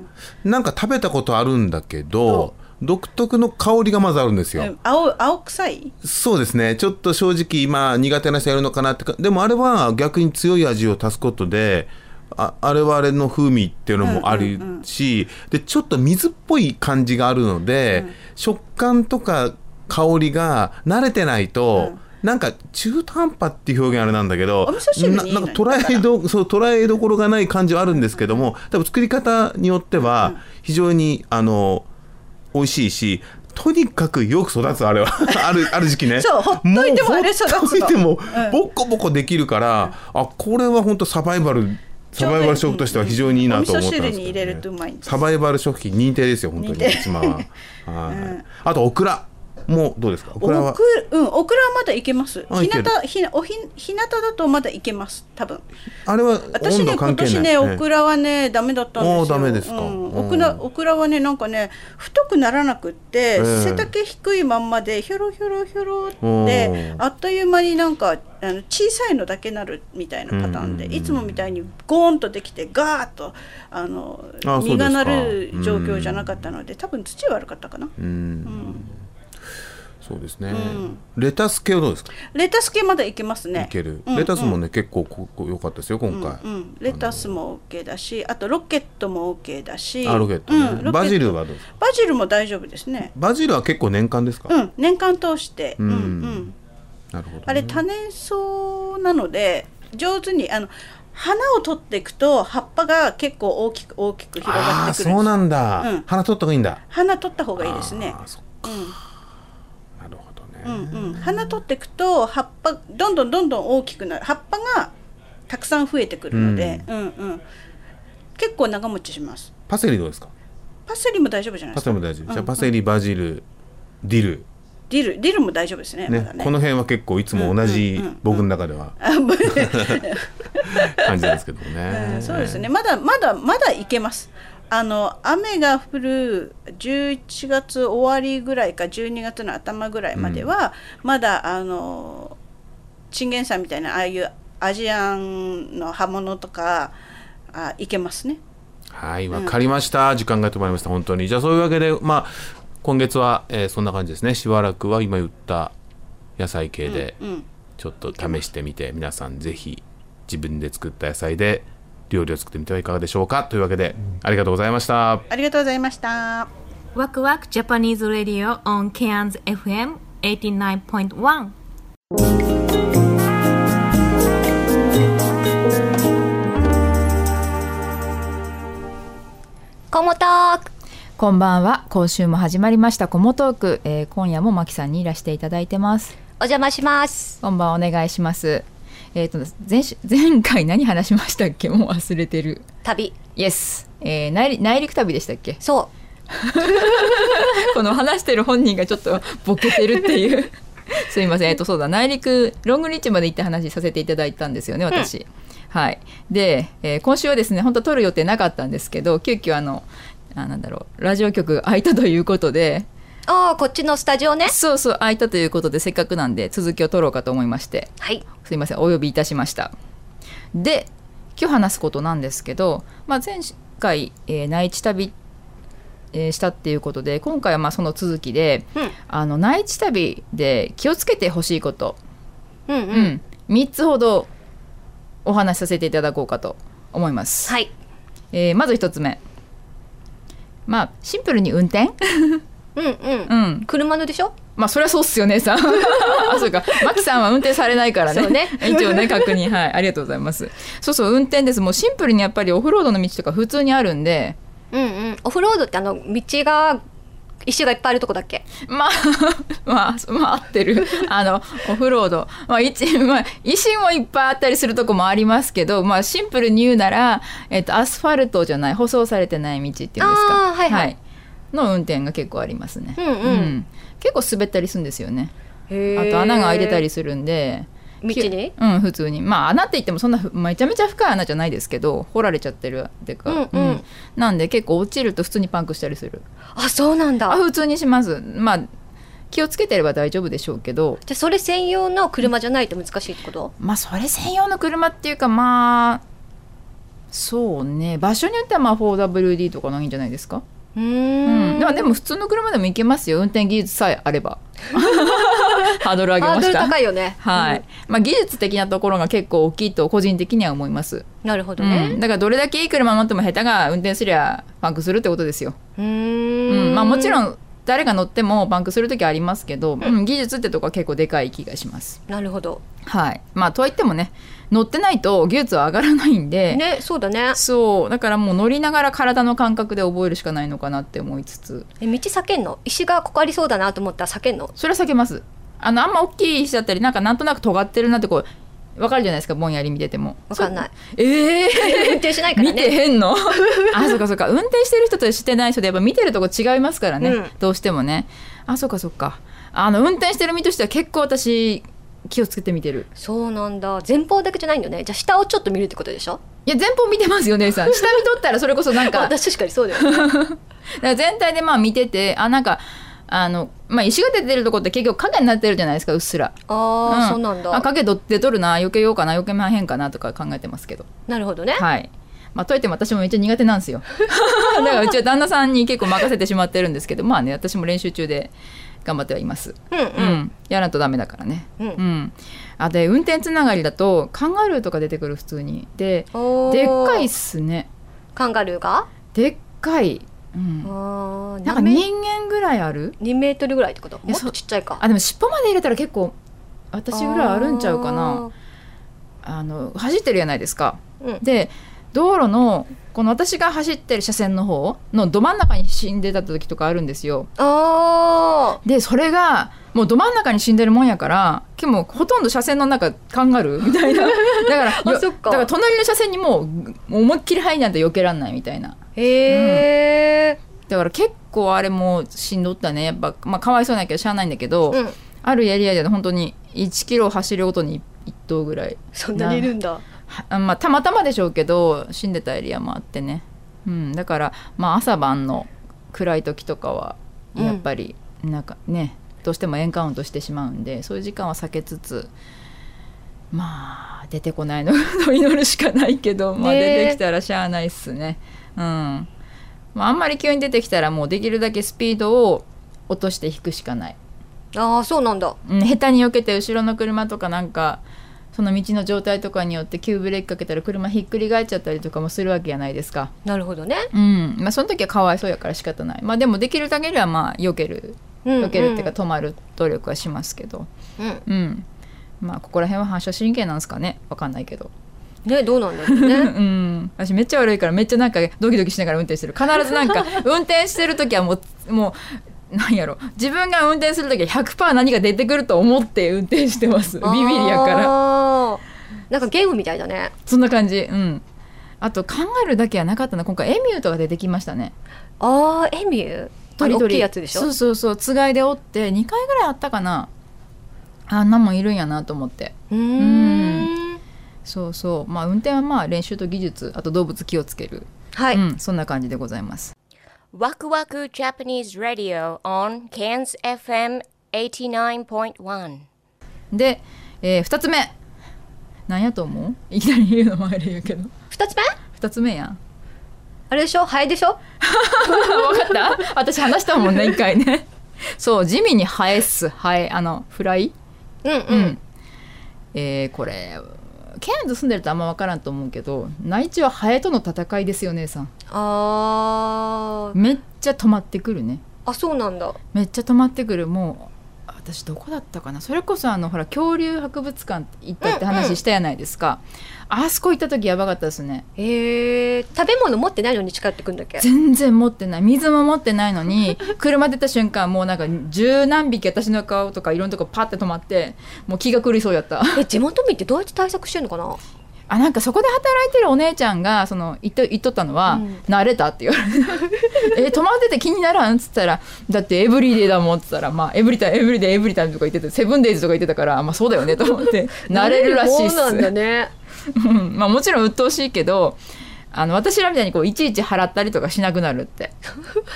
Speaker 1: なんか食べたことあるんだけど独特の香りがまずあるんですよ、
Speaker 8: うん青青臭い
Speaker 1: そうですねちょっと正直今苦手な人いるのかなってかでもあれは逆に強い味を足すことでああれはあれの風味っていうのもあるし、でちょっと水っぽい感じがあるので、食感とか香りが慣れてないと、なんか中途半端っていう表現あれなんだけど
Speaker 8: お味噌汁にいいのに
Speaker 1: ななんか捉えどそう捉えどころがない感じはあるんですけども、多分作り方によっては非常にあの美味しいしとにかくよく育つあれは あるある時期ね
Speaker 8: そうほっといてもあれ育つの
Speaker 1: ほっといても
Speaker 8: うん
Speaker 1: ボコボコできるから、あこれは本当サバイバルサバイバル食としては非常にいい
Speaker 8: お
Speaker 1: な
Speaker 8: 味
Speaker 1: と思
Speaker 8: 噌
Speaker 1: ったん
Speaker 8: 汁
Speaker 1: ですけ
Speaker 8: に入
Speaker 1: ど
Speaker 8: れるとうまいんです
Speaker 1: サバイバル食品認定ですよ本当に
Speaker 8: 認定
Speaker 1: 一番は、はいあとオクラもどうですかオ
Speaker 8: オ
Speaker 1: クラは
Speaker 8: クうんオクラはまだいけます
Speaker 1: あい
Speaker 8: 日
Speaker 1: ける
Speaker 8: 向ひなおひ日向だとまだいけます多分
Speaker 1: あれは温
Speaker 8: 私ね
Speaker 1: 度
Speaker 8: 今
Speaker 1: 関係ない
Speaker 8: 年ね
Speaker 1: ええ
Speaker 8: オクラはねダメだったんです
Speaker 1: お
Speaker 8: よ
Speaker 1: ーダメですか
Speaker 8: うん
Speaker 1: うん
Speaker 8: オクラオクラはねなんかね太くならなくって、
Speaker 1: ええ
Speaker 8: 背丈低いまんまでひょろひょろひょろ
Speaker 1: お
Speaker 8: って
Speaker 1: ー
Speaker 8: あっという間になんかあの小さいのだけなるみたいなパターンで、
Speaker 1: うんうんうん
Speaker 8: いつもみたいにゴーンとできてガーッとあの
Speaker 1: あそうですか
Speaker 8: 実がなる状況じゃなかったので多分土悪かったかな
Speaker 1: うん、そうですね、レタス系はどうですか
Speaker 8: レタス系まだいけますね
Speaker 1: いける、
Speaker 8: うん
Speaker 1: レタスも
Speaker 8: うん
Speaker 1: ね結構ここ良かったですよ今回、
Speaker 8: うん、レタスも OK だしあとロケットも OK だし
Speaker 1: あロケットね、
Speaker 8: うんロケ
Speaker 1: バジルはどうですか
Speaker 8: バジルも大丈夫ですね
Speaker 1: バジルは結構年間ですか、
Speaker 8: うん年間通して、うん
Speaker 1: う
Speaker 8: うんん
Speaker 1: なるほど
Speaker 8: あれ多年草なので上手にあの花を取っていくと葉っぱが結構大きく大きく広が
Speaker 1: あ
Speaker 8: って
Speaker 1: あ
Speaker 8: くる
Speaker 1: そうなんだ、
Speaker 8: うん
Speaker 1: 花取った方がいいんだ
Speaker 8: 花取った方がいいですね
Speaker 1: あーそっ
Speaker 8: うんうんうん、花取っていくと葉っぱどんどんどんどん大きくなる葉っぱがたくさん増えてくるので、うんうん、結構長持ちします
Speaker 1: パセリどうですか
Speaker 8: パセリも大丈夫じゃないで
Speaker 1: パ
Speaker 8: す
Speaker 1: セリ
Speaker 8: か
Speaker 1: も大事、
Speaker 8: うん
Speaker 1: じゃあパセリバジルディル
Speaker 8: ディルディルも大丈夫ですねま
Speaker 1: ね
Speaker 8: だね
Speaker 1: この辺は結構いつも同じ僕の中では
Speaker 8: あぶ
Speaker 1: 感じなんですけどもね、
Speaker 8: そうですねまだまだまだいけますあの雨が降る11月終わりぐらいか12月の頭ぐらいまでは、まだあのチンゲン菜みたいなああいうアジアンの葉物とかあいけますね
Speaker 1: はいわかりました、時間が止まりました本当にじゃあそういうわけでまあ今月は、えーそんな感じですねしばらくは今言った野菜系で、
Speaker 8: うんうん
Speaker 1: ちょっと試してみて皆さんぜひ自分で作った野菜で料理を作ってみてはいかがでしょうかというわけで、ありがとうございました
Speaker 8: ありがとうございました
Speaker 10: ワクワクジャパニーズラディオ on Cairns FM 89.1
Speaker 11: コモトーク
Speaker 12: こんばんは今週も始まりましたコモトーク、えー今夜もマキさんにいらしていただいてます
Speaker 11: お邪魔します
Speaker 12: こんばんはお願いしますえっ、と前し 前回何話しましたっけもう忘れてる
Speaker 11: 旅
Speaker 12: イエス、えー内陸内陸旅でしたっけ
Speaker 11: そう
Speaker 12: この話してる本人がちょっとボケてるっていう すいませんえっ、とそうだ内陸ロングリーチまで行った話させていただいたんですよね私、はいで、えー今週はですね本当は撮る予定なかったんですけど急遽あのあなんだろうラジオ局が空いたということで
Speaker 11: ああこっちのスタジオね
Speaker 12: そうそう空いたということでせっかくなんで続きを取ろうかと思いまして
Speaker 11: はい
Speaker 12: すいませんお呼びいたしましたで今日話すことなんですけど、まあ、前回、えー内地旅、えーしたっていうことで今回はまあその続きで、あの内地旅で気をつけてほしいこと、
Speaker 11: うんうん
Speaker 12: うん、3つほどお話しさせていただこうかと思います。
Speaker 11: はい
Speaker 12: えーまず1つ目、まあ、シンプルに運
Speaker 11: う
Speaker 12: 転
Speaker 11: んうん、
Speaker 12: うん、
Speaker 11: 車のでしょ
Speaker 12: まあそりゃそうっすよ ねさんあそうかマキさんは運転されないからね
Speaker 11: そうね
Speaker 12: 一応ね確認はいありがとうございますそうそう運転ですもうシンプルにやっぱりオフロードの道とか普通にあるんで
Speaker 11: うんうんオフロードってあの道が石がいっぱいあるとこだっけ
Speaker 12: まあ まあ、そまあ合ってるあのオフロード、まあ、一まあ石もいっぱいあったりするとこもありますけど、まあ、シンプルに言うなら、えっとアスファルトじゃない舗装されてない道っていうんですか
Speaker 11: あーはいはい
Speaker 12: の運転が結構ありますね、
Speaker 11: うんうん
Speaker 12: 結構滑ったりするんですよね
Speaker 11: へ
Speaker 12: あ
Speaker 11: ー
Speaker 12: と穴が開いてたりするんで
Speaker 11: 道に
Speaker 12: うん普通にまあ穴って言ってもそんなふめちゃめちゃ深い穴じゃないですけど掘られちゃってるっていうか、
Speaker 11: うんうん
Speaker 12: なんで結構落ちると普通にパンクしたりする
Speaker 11: あそうなんだ
Speaker 12: あ普通にしますまあ気をつけてれば大丈夫でしょうけど
Speaker 11: じゃあそれ専用の車じゃないと難しいってこと
Speaker 12: まあそれ専用の車っていうかまあそうね場所によってはまあ 4WD とかのがいいんじゃないですか
Speaker 11: う
Speaker 12: うん
Speaker 11: ん
Speaker 12: まあでも普通の車でも行けますよ運転技術さえ あればハードル上げ
Speaker 11: ハー
Speaker 12: ま
Speaker 11: ド
Speaker 12: し
Speaker 11: ル
Speaker 12: た
Speaker 11: 高いよね
Speaker 12: はい、
Speaker 11: うん
Speaker 12: まあ技術的なところが結構大きいと個人的には思います
Speaker 11: なるほどね、
Speaker 12: うんだからどれだけいい車乗っても下手が運転すりゃパンクするってことですよ。うんまあ、もちろん誰が乗ってもパンクする時ありますけど、うん技術ってとこは結構でかい気がします。
Speaker 11: なるほど
Speaker 12: はいまあ、とはいってもね乗ってないと技術は上がらないんで、
Speaker 11: ねそうだね
Speaker 12: そうだからもう乗りながら体の感覚で覚えるしかないのかなって思いつつ
Speaker 11: え道避けんの石がここありそうだなと思ったら避けんの
Speaker 12: それは避けますあのあんま大きい石だったりなんかなんとなく尖ってるなってこうわかるじゃないですかぼんやり見てても
Speaker 11: わかんない
Speaker 12: そうええ
Speaker 11: 運転しないからね
Speaker 12: 見てへんの あそうかそうか運転してる人としてない人でやっぱ見てるとこ違いますからね、
Speaker 11: うん
Speaker 12: どうしてもねあそうかそうかあの運転してる身としては結構私気をつけて見てる
Speaker 11: そうなんだ前方だけじゃないんだよねじゃあ下をちょっと見るってことでしょ
Speaker 12: いや前方見てますよ ねさん下見とったらそれこそなんか
Speaker 11: 私確かにそうだよね
Speaker 12: だから全体でまあ見ててあなんかあの、まあ、石が出てるとこって結局影になってるじゃないですかうっすら
Speaker 11: ああ、そうなん
Speaker 12: あ
Speaker 11: だ
Speaker 12: 影ど出とるな避けようかな避けまへんかなとか考えてますけど
Speaker 11: なるほどね、
Speaker 12: はいまあといっても私もめっちゃ苦手な んですよ だからうちは旦那さんに結構任せてしまってるんですけどまあね私も練習中で頑張ってはいます
Speaker 11: うんうん
Speaker 12: うん、やらんとダメだからね
Speaker 11: うん
Speaker 12: うん、あで運転つながりだとカンガルーとか出てくる普通にで
Speaker 11: おー
Speaker 12: でっかいっすね
Speaker 11: カンガルーが
Speaker 12: でっかい、うん、
Speaker 11: あ
Speaker 12: なんか人間ぐらいある
Speaker 11: 2メートルぐらいってこと
Speaker 12: や
Speaker 11: もっとちっちゃいか
Speaker 12: あでも尻尾まで入れたら結構私ぐらいあるんちゃうかなあの走ってるじゃないですか、
Speaker 11: うん
Speaker 12: で道路のこの私が走ってる車線の方のど真ん中に死んでた時とかあるんですよでそれがもうど真ん中に死んでるもんやから今日もうほとんど車線の中カン ガルーみたいなだからよだから隣の車線にもうもう思いっきり入んないと避けらんないみたいな
Speaker 11: へえ、
Speaker 12: だから結構あれもしんどったねやっぱ、まあ、かわいそうなんやけどしゃあないんだけど、
Speaker 11: うん
Speaker 12: あるエリアで本当に1キロ走るごとに1頭ぐらい
Speaker 11: そんなにいるんだ
Speaker 12: あまあ、たまたまでしょうけど死んでたエリアもあってね、うん、だから、まあ、朝晩の暗い時とかは
Speaker 11: うん
Speaker 12: やっぱりなんかね、どうしてもエンカウントしてしまうんでそういう時間は避けつつまあ出てこないの を祈るしかないけど、まあ、
Speaker 11: ねえ
Speaker 12: 出てきたらしゃあないっすね。うんまあ、あんまり急に出てきたらもうできるだけスピードを落として引くしかない。
Speaker 11: ああそうなんだ
Speaker 12: うん、下手に避けて後ろの車とかなんかその道の状態とかによって急ブレーキかけたら車ひっくり返っちゃったりとかもするわけじゃないですか。
Speaker 11: なるほどね
Speaker 12: うんまあ、その時はかわいそうやから仕方ない、まあ、でもできるだけではまあ避ける
Speaker 11: うんうん
Speaker 12: 避けるっていうか止まる努力はしますけど、
Speaker 11: うん
Speaker 12: うんまあ、ここら辺は反射神経なんですかねわかんないけど。
Speaker 11: ねどうなんだろうね
Speaker 12: うん、私めっちゃ悪いからめっちゃなんかドキドキしながら運転してる必ずな んか運転してる時はもうもうなんやろ自分が運転する時は100%何が出てくると思って運転してますビビりやから
Speaker 11: らなんかゲームみたいだね
Speaker 12: そんな感じうんあと考えるだけはなかったな今回エミューとか出てきましたね
Speaker 11: あーエミュー
Speaker 12: 鳥
Speaker 11: あの大
Speaker 12: 鳥
Speaker 11: きいやつでしょ
Speaker 12: そうそうそうつがいで折って2回ぐらいあったかなあんなもんいるんやなと思って
Speaker 11: うーん
Speaker 12: そうそうまあ運転はまあ練習と技術あと動物気をつける
Speaker 11: はい、
Speaker 12: うん、そんな感じでございます
Speaker 13: Waku Waku Japanese Radio on Cairns FM 89.1.
Speaker 12: で、えー、2つ目なんやと思ういきなり言うのもあれやけど
Speaker 11: 2つ目
Speaker 12: 2つ目やん
Speaker 11: あれでしょハエでしょ
Speaker 12: 分かった私話したもんね一回ねそう地味にハエっすハエあのフライ、
Speaker 11: うんうん
Speaker 12: えーこれケーンズ住んでるとあんま分からんと思うけど内地はハエとの戦いですよ姉さん
Speaker 11: あ
Speaker 12: めっちゃ止まってくるね
Speaker 11: あそうなんだ
Speaker 12: めっちゃ止まってくるもう私どこだったかなそれこそあのほら恐竜博物館行ったって話したやないですか、あそこ行った時やばかったですね
Speaker 11: へえ食べ物持ってないのに近寄ってくんだっけ
Speaker 12: 全然持ってない水も持ってないのに 車出た瞬間もうなんか十何匹私の顔とかいろんなとこパッて止まってもう気が狂いそうやった
Speaker 11: え地元民ってどうやって対策してんのかな
Speaker 12: あなんかそこで働いてるお姉ちゃんがその言っと言っとったのは「慣れた」って言わ れて「え泊まってて気にならん?」っつったら「だってエブリデイだもん」っつったら「まあエブリタイムエブリデイエブリタイム」とか言ってて「セブンデイズ」とか言ってたから「まあそうだよね」と思って 慣れるらしいっす
Speaker 11: そうなんだ ね
Speaker 12: うんまあもちろん鬱陶しいけどあの私らみたいにこういちいち払ったりとかしなくなるって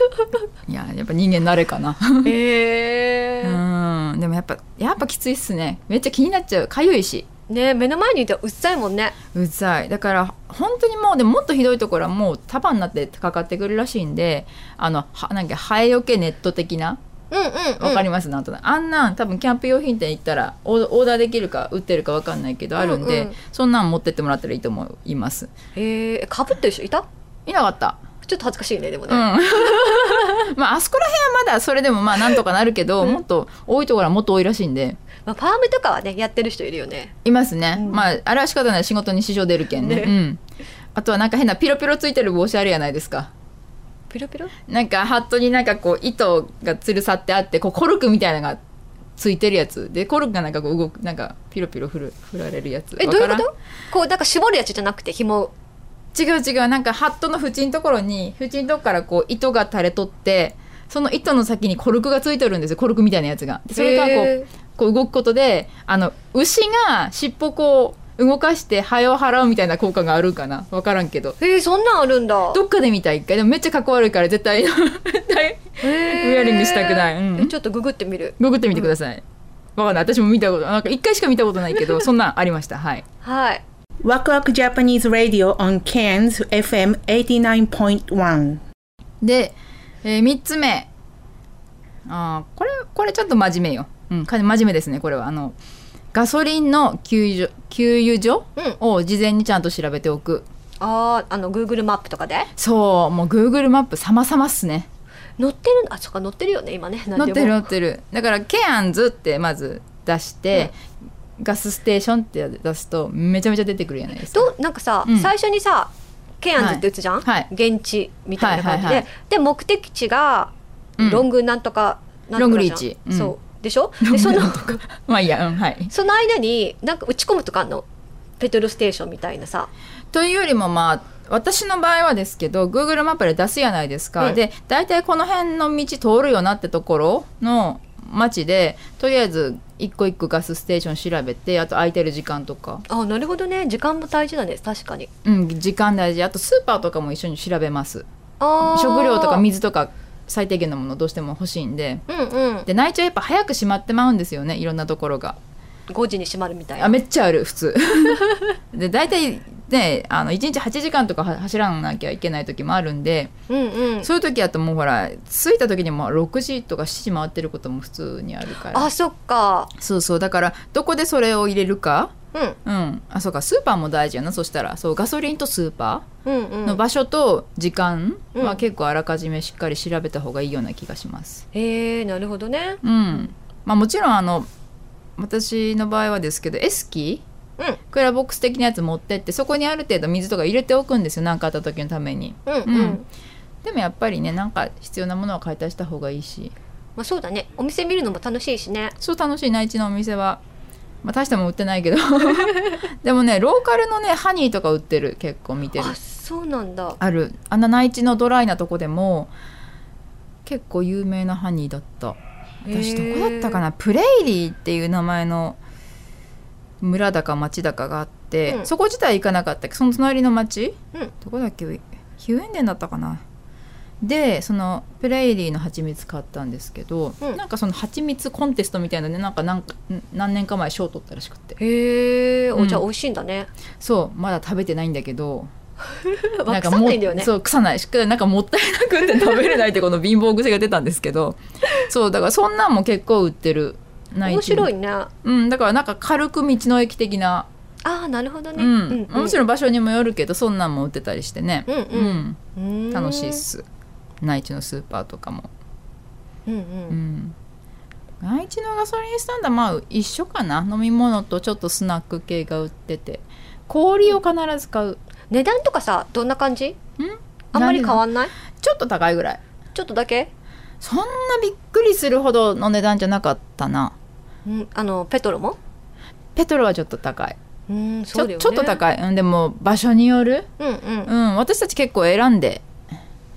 Speaker 12: いややっぱ人間慣れかな
Speaker 11: へえ
Speaker 12: うんでもやっぱやっぱきついっすねめっちゃ気になっちゃうかゆいし
Speaker 11: ね目の前にいてうっさいもんね
Speaker 12: うざいだから本当にもうでももっとひどいところはもう束になってかかってくるらしいんであのはなんかハエよけネット的な
Speaker 11: うんうん
Speaker 12: わかりますなんとなくあんなん多分キャンプ用品店行ったらオーオーダーできるか売ってるかわかんないけどあるんで、
Speaker 11: うんうん
Speaker 12: そんなん持ってってもらったらいいと思います
Speaker 11: へえかぶってる人いた
Speaker 12: いなかった
Speaker 11: ちょっと恥ずかしいねでもね、
Speaker 12: うん まああそこら辺はまだそれでもまあなんとかなるけどもっと多いところはもっと多いらしいんで
Speaker 11: まあ、ファームとかはねやってる人いるよね
Speaker 12: いますね、まああれは仕方ない仕事に支障出るけんね
Speaker 11: ね
Speaker 12: うんあとはなんか変なピロピロついてる帽子あるやないですか
Speaker 11: ピロピロ
Speaker 12: なんかハットになんかこう糸が吊るさってあってこうコルクみたいなのがついてるやつでコルクがなんかこう動くなんかピロピロ振る振られるやつ
Speaker 11: えどういうこと
Speaker 12: わか
Speaker 11: こうなんか絞るやつじゃなくて紐
Speaker 12: らん違う違うなんかハットの縁のところに縁のとこからこう糸が垂れとってその糸の先にコルクがついてるんですよコルクみたいなやつがでそれがこう,、
Speaker 11: へー
Speaker 12: こう動くことであの牛が尻尾こう動かしてハエを払うみたいな効果があるんかなわからんけど
Speaker 11: えそんなんあるんだ
Speaker 12: どっかで見た一回でもめっちゃかっこ悪いから 絶対
Speaker 11: ウェ
Speaker 12: ウェアリングしたくないうん
Speaker 11: ちょっとググってみる
Speaker 12: ググってみてください。わかんない。私も見たこと、なんか一回しか見たことないけど、そんなんありました。はい。
Speaker 11: はい
Speaker 14: Waku Waku Japanese Radio on Cairns FM 89.1.
Speaker 12: で、えー、3つ目。あーこれ、これちょっと真面目よ。うん、か真面目ですね、これは。あの、ガソリンの給油所給油所を事前にちゃんと調べておく。
Speaker 11: あああの Google マップとかで
Speaker 12: そう、もう Google マップ様々っすね。
Speaker 11: 載ってるあそっか載ってるよね今ね
Speaker 12: 乗ってる乗
Speaker 11: 何でも
Speaker 12: ってるだからケアンズってまず出して、ガスステーションって出すとめちゃめちゃ出てくるじゃないですか
Speaker 11: どうなんかさ、
Speaker 12: うん
Speaker 11: 最初にさケアンズって打つじゃん、現地みたいな感じで、
Speaker 12: はいはいは
Speaker 11: で目的地が
Speaker 12: うん
Speaker 11: ロングなんとかなんとかじゃん
Speaker 12: ロングリーチうん
Speaker 11: そうでしょでその
Speaker 12: まあいいやうんはい
Speaker 11: その間になんか打ち込むとかあんのペトロステーションみたいなさ
Speaker 12: というよりもまあ私の場合はですけど Google マップで出すやないですか、
Speaker 11: うん
Speaker 12: で大体この辺の道通るよなってところの街でとりあえず一個一個ガスステーション調べてあと空いてる時間とか、
Speaker 11: あなるほどね時間も大事だね確かに
Speaker 12: うん、時間大事あとスーパーとかも一緒に調べます
Speaker 11: あー
Speaker 12: 食料とか水とか最低限のものどうしても欲しいんで、
Speaker 11: うんうん
Speaker 12: で内地はやっぱ早く閉まってまうんですよねいろんなところが
Speaker 11: 5時に閉まるみたいな
Speaker 12: あめっちゃある普通 で大体ねあの1日8時間とかは走らなきゃいけない時もあるんで、
Speaker 11: うんうん
Speaker 12: そういう時だともうほら着いた時にもう6時とか7時回ってることも普通にあるから
Speaker 11: あそっか
Speaker 12: そうそうだからどこでそれを入れるか
Speaker 11: うん
Speaker 12: うんあそうかスーパーも大事やなそしたらそうガソリンとスーパ
Speaker 11: うん
Speaker 12: ー
Speaker 11: う
Speaker 12: の
Speaker 11: ん
Speaker 12: 場所と時間
Speaker 11: うん
Speaker 12: は結構あらかじめしっかり調べた方がいいような気がします
Speaker 11: へえなるほどね
Speaker 12: うん、まあもちろんあの私の場合はですけどエスキー
Speaker 11: うん
Speaker 12: クーラーボックス的なやつ持ってってそこにある程度水とか入れておくんですよ何かあった時のために
Speaker 11: うんうん
Speaker 12: でもやっぱりねなんか必要なものは買い足した方がいいし
Speaker 11: まあそうだねお店見るのも楽しいしね
Speaker 12: そう楽しい内地のお店は、まあ、大したもん売ってないけど でもねローカルのねハニーとか売ってる結構見てる
Speaker 11: そうなんだ
Speaker 12: あるあんな内地のドライなとこでも結構有名なハニーだった私ど
Speaker 11: へー
Speaker 12: こだったかなプレイリーっていう名前の村だか町だかがあって、
Speaker 11: うん
Speaker 12: そこ自体行かなかったけどその隣の町、
Speaker 11: うん
Speaker 12: どこだっけヒューエンデンだったかなでそのプレイリーの蜂蜜買ったんですけど、なんかその蜂蜜コンテストみたいなねなんかなんかん何年か前賞取ったらしくて
Speaker 11: へえおじゃあ
Speaker 12: うん
Speaker 11: 美味しいんだね、
Speaker 12: そうまだ食べてないんだ けど
Speaker 11: わ
Speaker 12: か
Speaker 11: 腐んないんだよね
Speaker 12: もそう腐ないしなんかもったいなくて食べれないってこの貧乏癖が出たんですけどそうだからそんなんも結構売ってる
Speaker 11: 面白い
Speaker 12: ね
Speaker 11: ねあ
Speaker 12: うんだからなんか軽く道の駅的な
Speaker 11: あなるほどね、
Speaker 12: うんもちろん場所にもよるけどそんなんも売ってたりしてね、
Speaker 11: うんうん
Speaker 12: うん
Speaker 11: うーん
Speaker 12: 楽しいっす内地のスーパーとかも、
Speaker 11: うんうん
Speaker 12: うん、内地のガソリンスタンドはまあ一緒かな飲み物とちょっとスナック系が売ってて氷を必ず買う
Speaker 11: 値段とかさどんな感じんあんまり変わんない
Speaker 12: ちょっと高いぐらい
Speaker 11: ちょっとだけ
Speaker 12: そんなびっくりするほどの値段じゃなかったな
Speaker 11: あのペトロも
Speaker 12: ペトロはちょっと高い
Speaker 11: うん
Speaker 12: ちょ
Speaker 11: そうだよね
Speaker 12: ちょっと高い、うん、でも場所による
Speaker 11: うんうん
Speaker 12: うん、私たち結構選んで、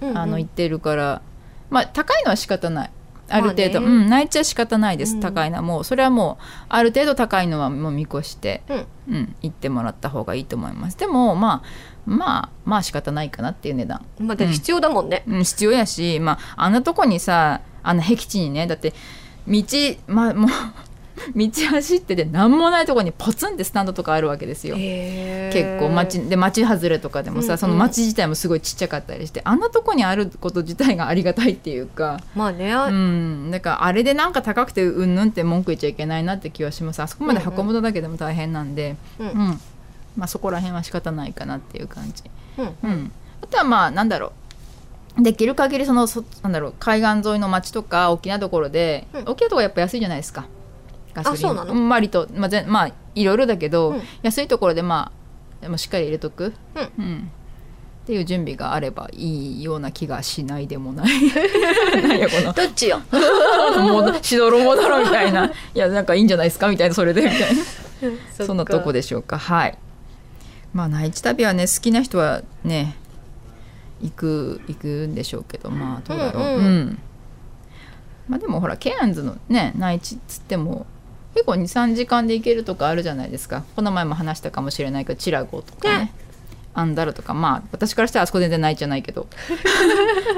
Speaker 11: うんうん
Speaker 12: あの行ってるからまあ高いのは仕方ないある程度、
Speaker 11: まあね
Speaker 12: うん泣いちゃ仕方ないです、
Speaker 11: うん
Speaker 12: 高いのはもうそれはもうある程度高いのはもう見越して、
Speaker 11: うん
Speaker 12: うん、行ってもらった方がいいと思いますでもまあまあまあ仕方ないかなっていう値段
Speaker 11: まあだって必要だもんね、
Speaker 12: うん、必要やし、まあ、あんなとこにさあの僻地にねだって道まあもう 道走ってて何もないとこにポツンってスタンドとかあるわけですよ結構街で街外れとかでもさ、
Speaker 11: うんうん
Speaker 12: その街自体もすごいちっちゃかったりしてあんなとこにあること自体がありがたいっていうか
Speaker 11: まあね、
Speaker 12: うん、だからあれでなんか高くてうんぬんって文句言っちゃいけないなって気はしますあそこまで運ぶのだけでも大変なんで、
Speaker 11: うん
Speaker 12: うんまあ、そこら辺は仕方ないかなっていう感じ。
Speaker 11: うん
Speaker 12: うん、あとはまあなんだろうできる限りそのそなんだろう海岸沿いの町とか大きなところで、大きなところやっぱ安いじゃないですかガソリン
Speaker 11: あそうなの
Speaker 12: ん割と、まあ、ぜんまあいろいろだけど、安いところでまあでもしっかり入れとく、うんっていう準備があればいいような気がしないでもないなんやこ の
Speaker 11: どっちよ
Speaker 12: もどしどろもどろみたいないやなんかいいんじゃないですかみたいなそれでみたいなそんなとこでしょうかはいまあ内地旅はね好きな人はね行く行くんでしょうけどまあどうだろう
Speaker 11: うん
Speaker 12: う、
Speaker 11: うんん
Speaker 12: まあでもほらケアンズのね内地っつっても結構23時間で行けるとかあるじゃないですかこの前も話したかもしれないけどチラゴとかねアンダルとかまあ私からしたらあそこ全然ないじゃない けど、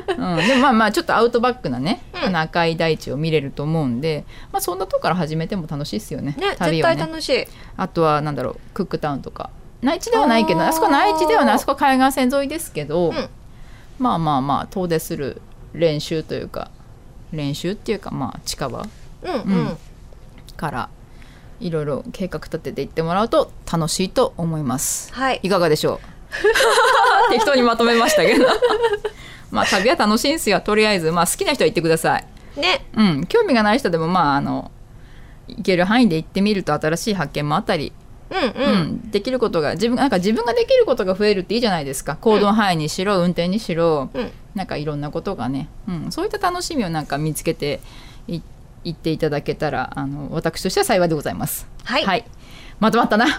Speaker 12: うん、でもまあまあちょっとアウトバックなね、あの赤い大地を見れると思うんで、まあ、そんなとこから始めても楽しいですよね
Speaker 11: ね
Speaker 12: 旅
Speaker 11: 絶
Speaker 12: を
Speaker 11: 対楽しい
Speaker 12: あとはなんだろうクックタウンとか内地ではないけどあそこ内地ではないあそこ海岸線沿いですけど、まあまあまあ遠出する練習というか練習っていうかまあ近場
Speaker 11: うんうん、
Speaker 12: うんからいろいろ計画立てていってもらうと楽しいと思います。
Speaker 11: はい、
Speaker 12: いかがでし ょう適当にまとめましたけど まあ旅は楽しいんですよとりあえず、まあ、好きな人は行ってください。
Speaker 11: ね
Speaker 12: うん、興味がない人でもまああの行ける範囲で行ってみると新しい発見もあったり、
Speaker 11: うん
Speaker 12: う
Speaker 11: うんん、
Speaker 12: できることが自分なんか自分ができることが増えるっていいじゃないですか行動範囲にしろ運転にしろ、
Speaker 11: うん
Speaker 12: なんかいろんなことがね、うん、そういった楽しみをなんか見つけてい行っていただけたらあの私としては幸いでございます。
Speaker 11: はい、
Speaker 12: まとまったな OK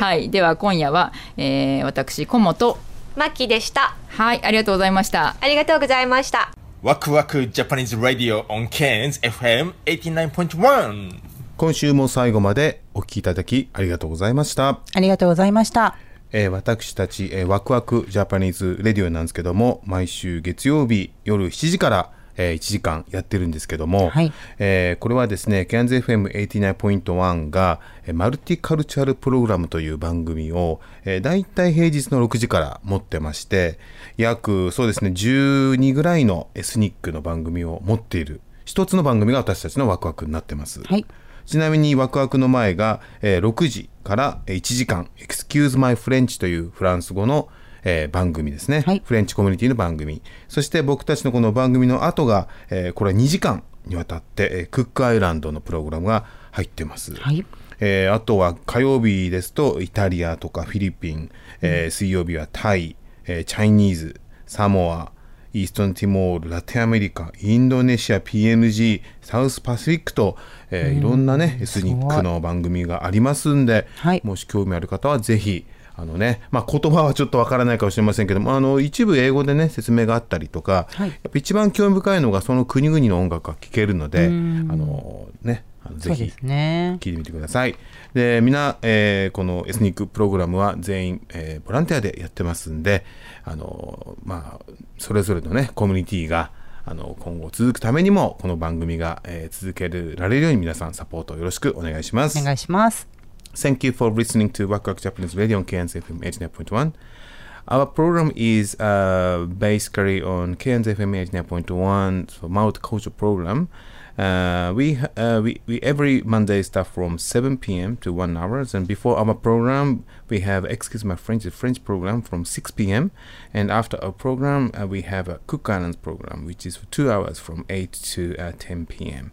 Speaker 12: はいでは今夜は、えー、私コモと
Speaker 11: マッキーでした
Speaker 12: はいありがとうございました
Speaker 11: ありがとうございました
Speaker 15: ワクワク Japanese Radio on Cairns FM 89.1
Speaker 1: 今週も最後までお聞きいただきありがとうございました。
Speaker 2: ありがとうございました。
Speaker 1: えー私たち、えーワクワクジャパニーズレディオなんですけども毎週月曜日夜7時から、えー1時間やってるんですけども、えーこれはですね CANZFM89.1 が、えーマルティカルチャルプログラムという番組を、えー、大体平日の6時から持ってまして約そうですね12ぐらいのエスニックの番組を持っている一つの番組が私たちのワクワクになってます。ちなみにワクワクの前が、えー6時からえー1時間「Excuse My French」というフランス語の、えー番組ですね、フレンチコミュニティの番組そして僕たちのこの番組の後が、えーこれは2時間にわたって、えークックアイランドのプログラムが入ってます、えーあとは火曜日ですとイタリアとかフィリピン、えー水曜日はタイ、えーチャイニーズサモアイーストンティモール、ラテンアメリカ、インドネシア、PNG、サウスパシフィックと、えーいろんなね、エスニックの番組がありますんで、もし興味ある方はぜひ、あのね、まあ、言葉はちょっとわからないかもしれませんけども、あの、一部英語でね、説明があったりとか、やっぱ一番興味深いのがその国々の音楽が聴けるので、あのね、あのぜ
Speaker 2: そう
Speaker 1: ひ
Speaker 2: ですね
Speaker 1: 聞いてみてください。で、みんな、えーこのエスニックプログラムは全員、えーボランティアでやってますんで、あのまあ、それぞれのね、コミュニティが、あの今後続くためにも、この番組が、えー続けられるように皆さんサポートよろしくお願いします。お願
Speaker 2: いします。
Speaker 1: Thank you for listening to Wakwak Japanese Radio on KNZFM 89.1. Our program is uh, basically on KNZFM 89.1 for Mouth Culture Program. Uh, we, uh, we, we every Monday start from 7 p.m. to 1 hours, and before our program, we have Excuse My French, the French program from 6 p.m. And after our program, uh, we have a Cook Islands program, which is for 2 hours from 8 to uh, 10 p.m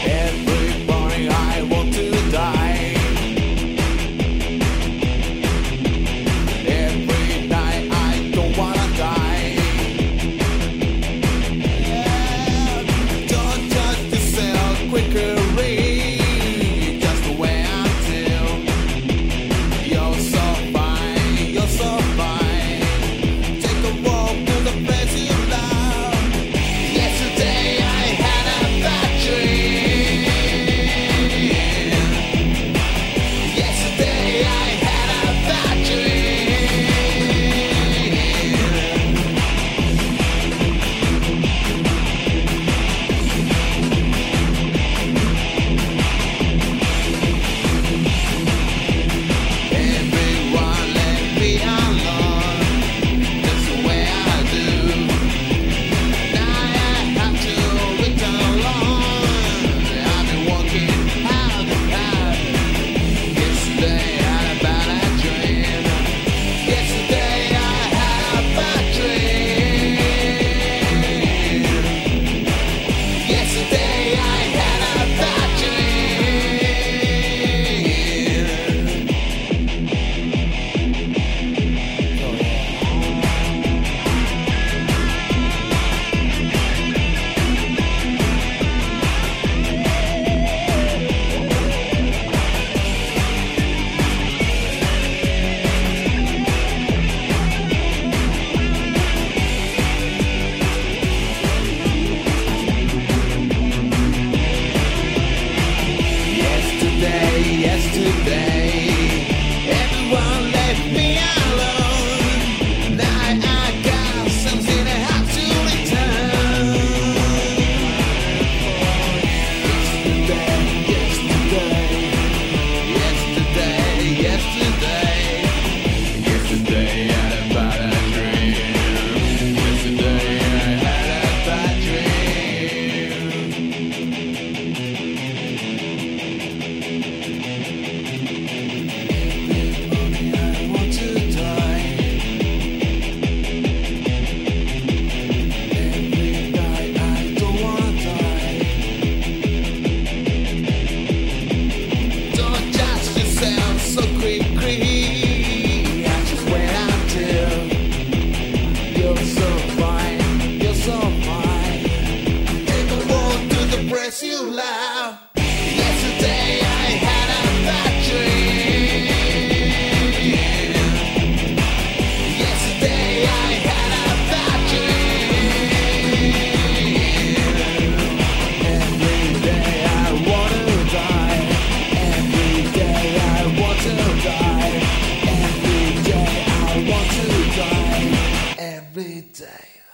Speaker 16: Everybody, I want to die. Every night, I don't wanna die. Don't judge yourself quickly, just the way I feel. You're so fine, you're so fine. Take a walk to the place you love. Yesterday, I had a bad dream. Yesterday I had a bad dream. Everyone let me alone. That's the way I do. Now I have to wait alone. I've been walking hard and hard. Yesterday I had a bad dream. Yesterday I had a bad dream. Yesterday I had a bad dream. Yesterday, yesterday, everyone left me alone. Now I got something I have to return. Yesterday, yesterday, yesterday, yesterday, yesterday I had a bad dream. Yesterday I had a bad dream. Don't judge yourself so quickly. I just wait until you're so fine, you're so fine. Take a walk to the place you love. Yesterday I had a bad dream. Yesterday I had a bad dream. Every day I wanna die. Every day I want to die. Every day I want to die. Every day.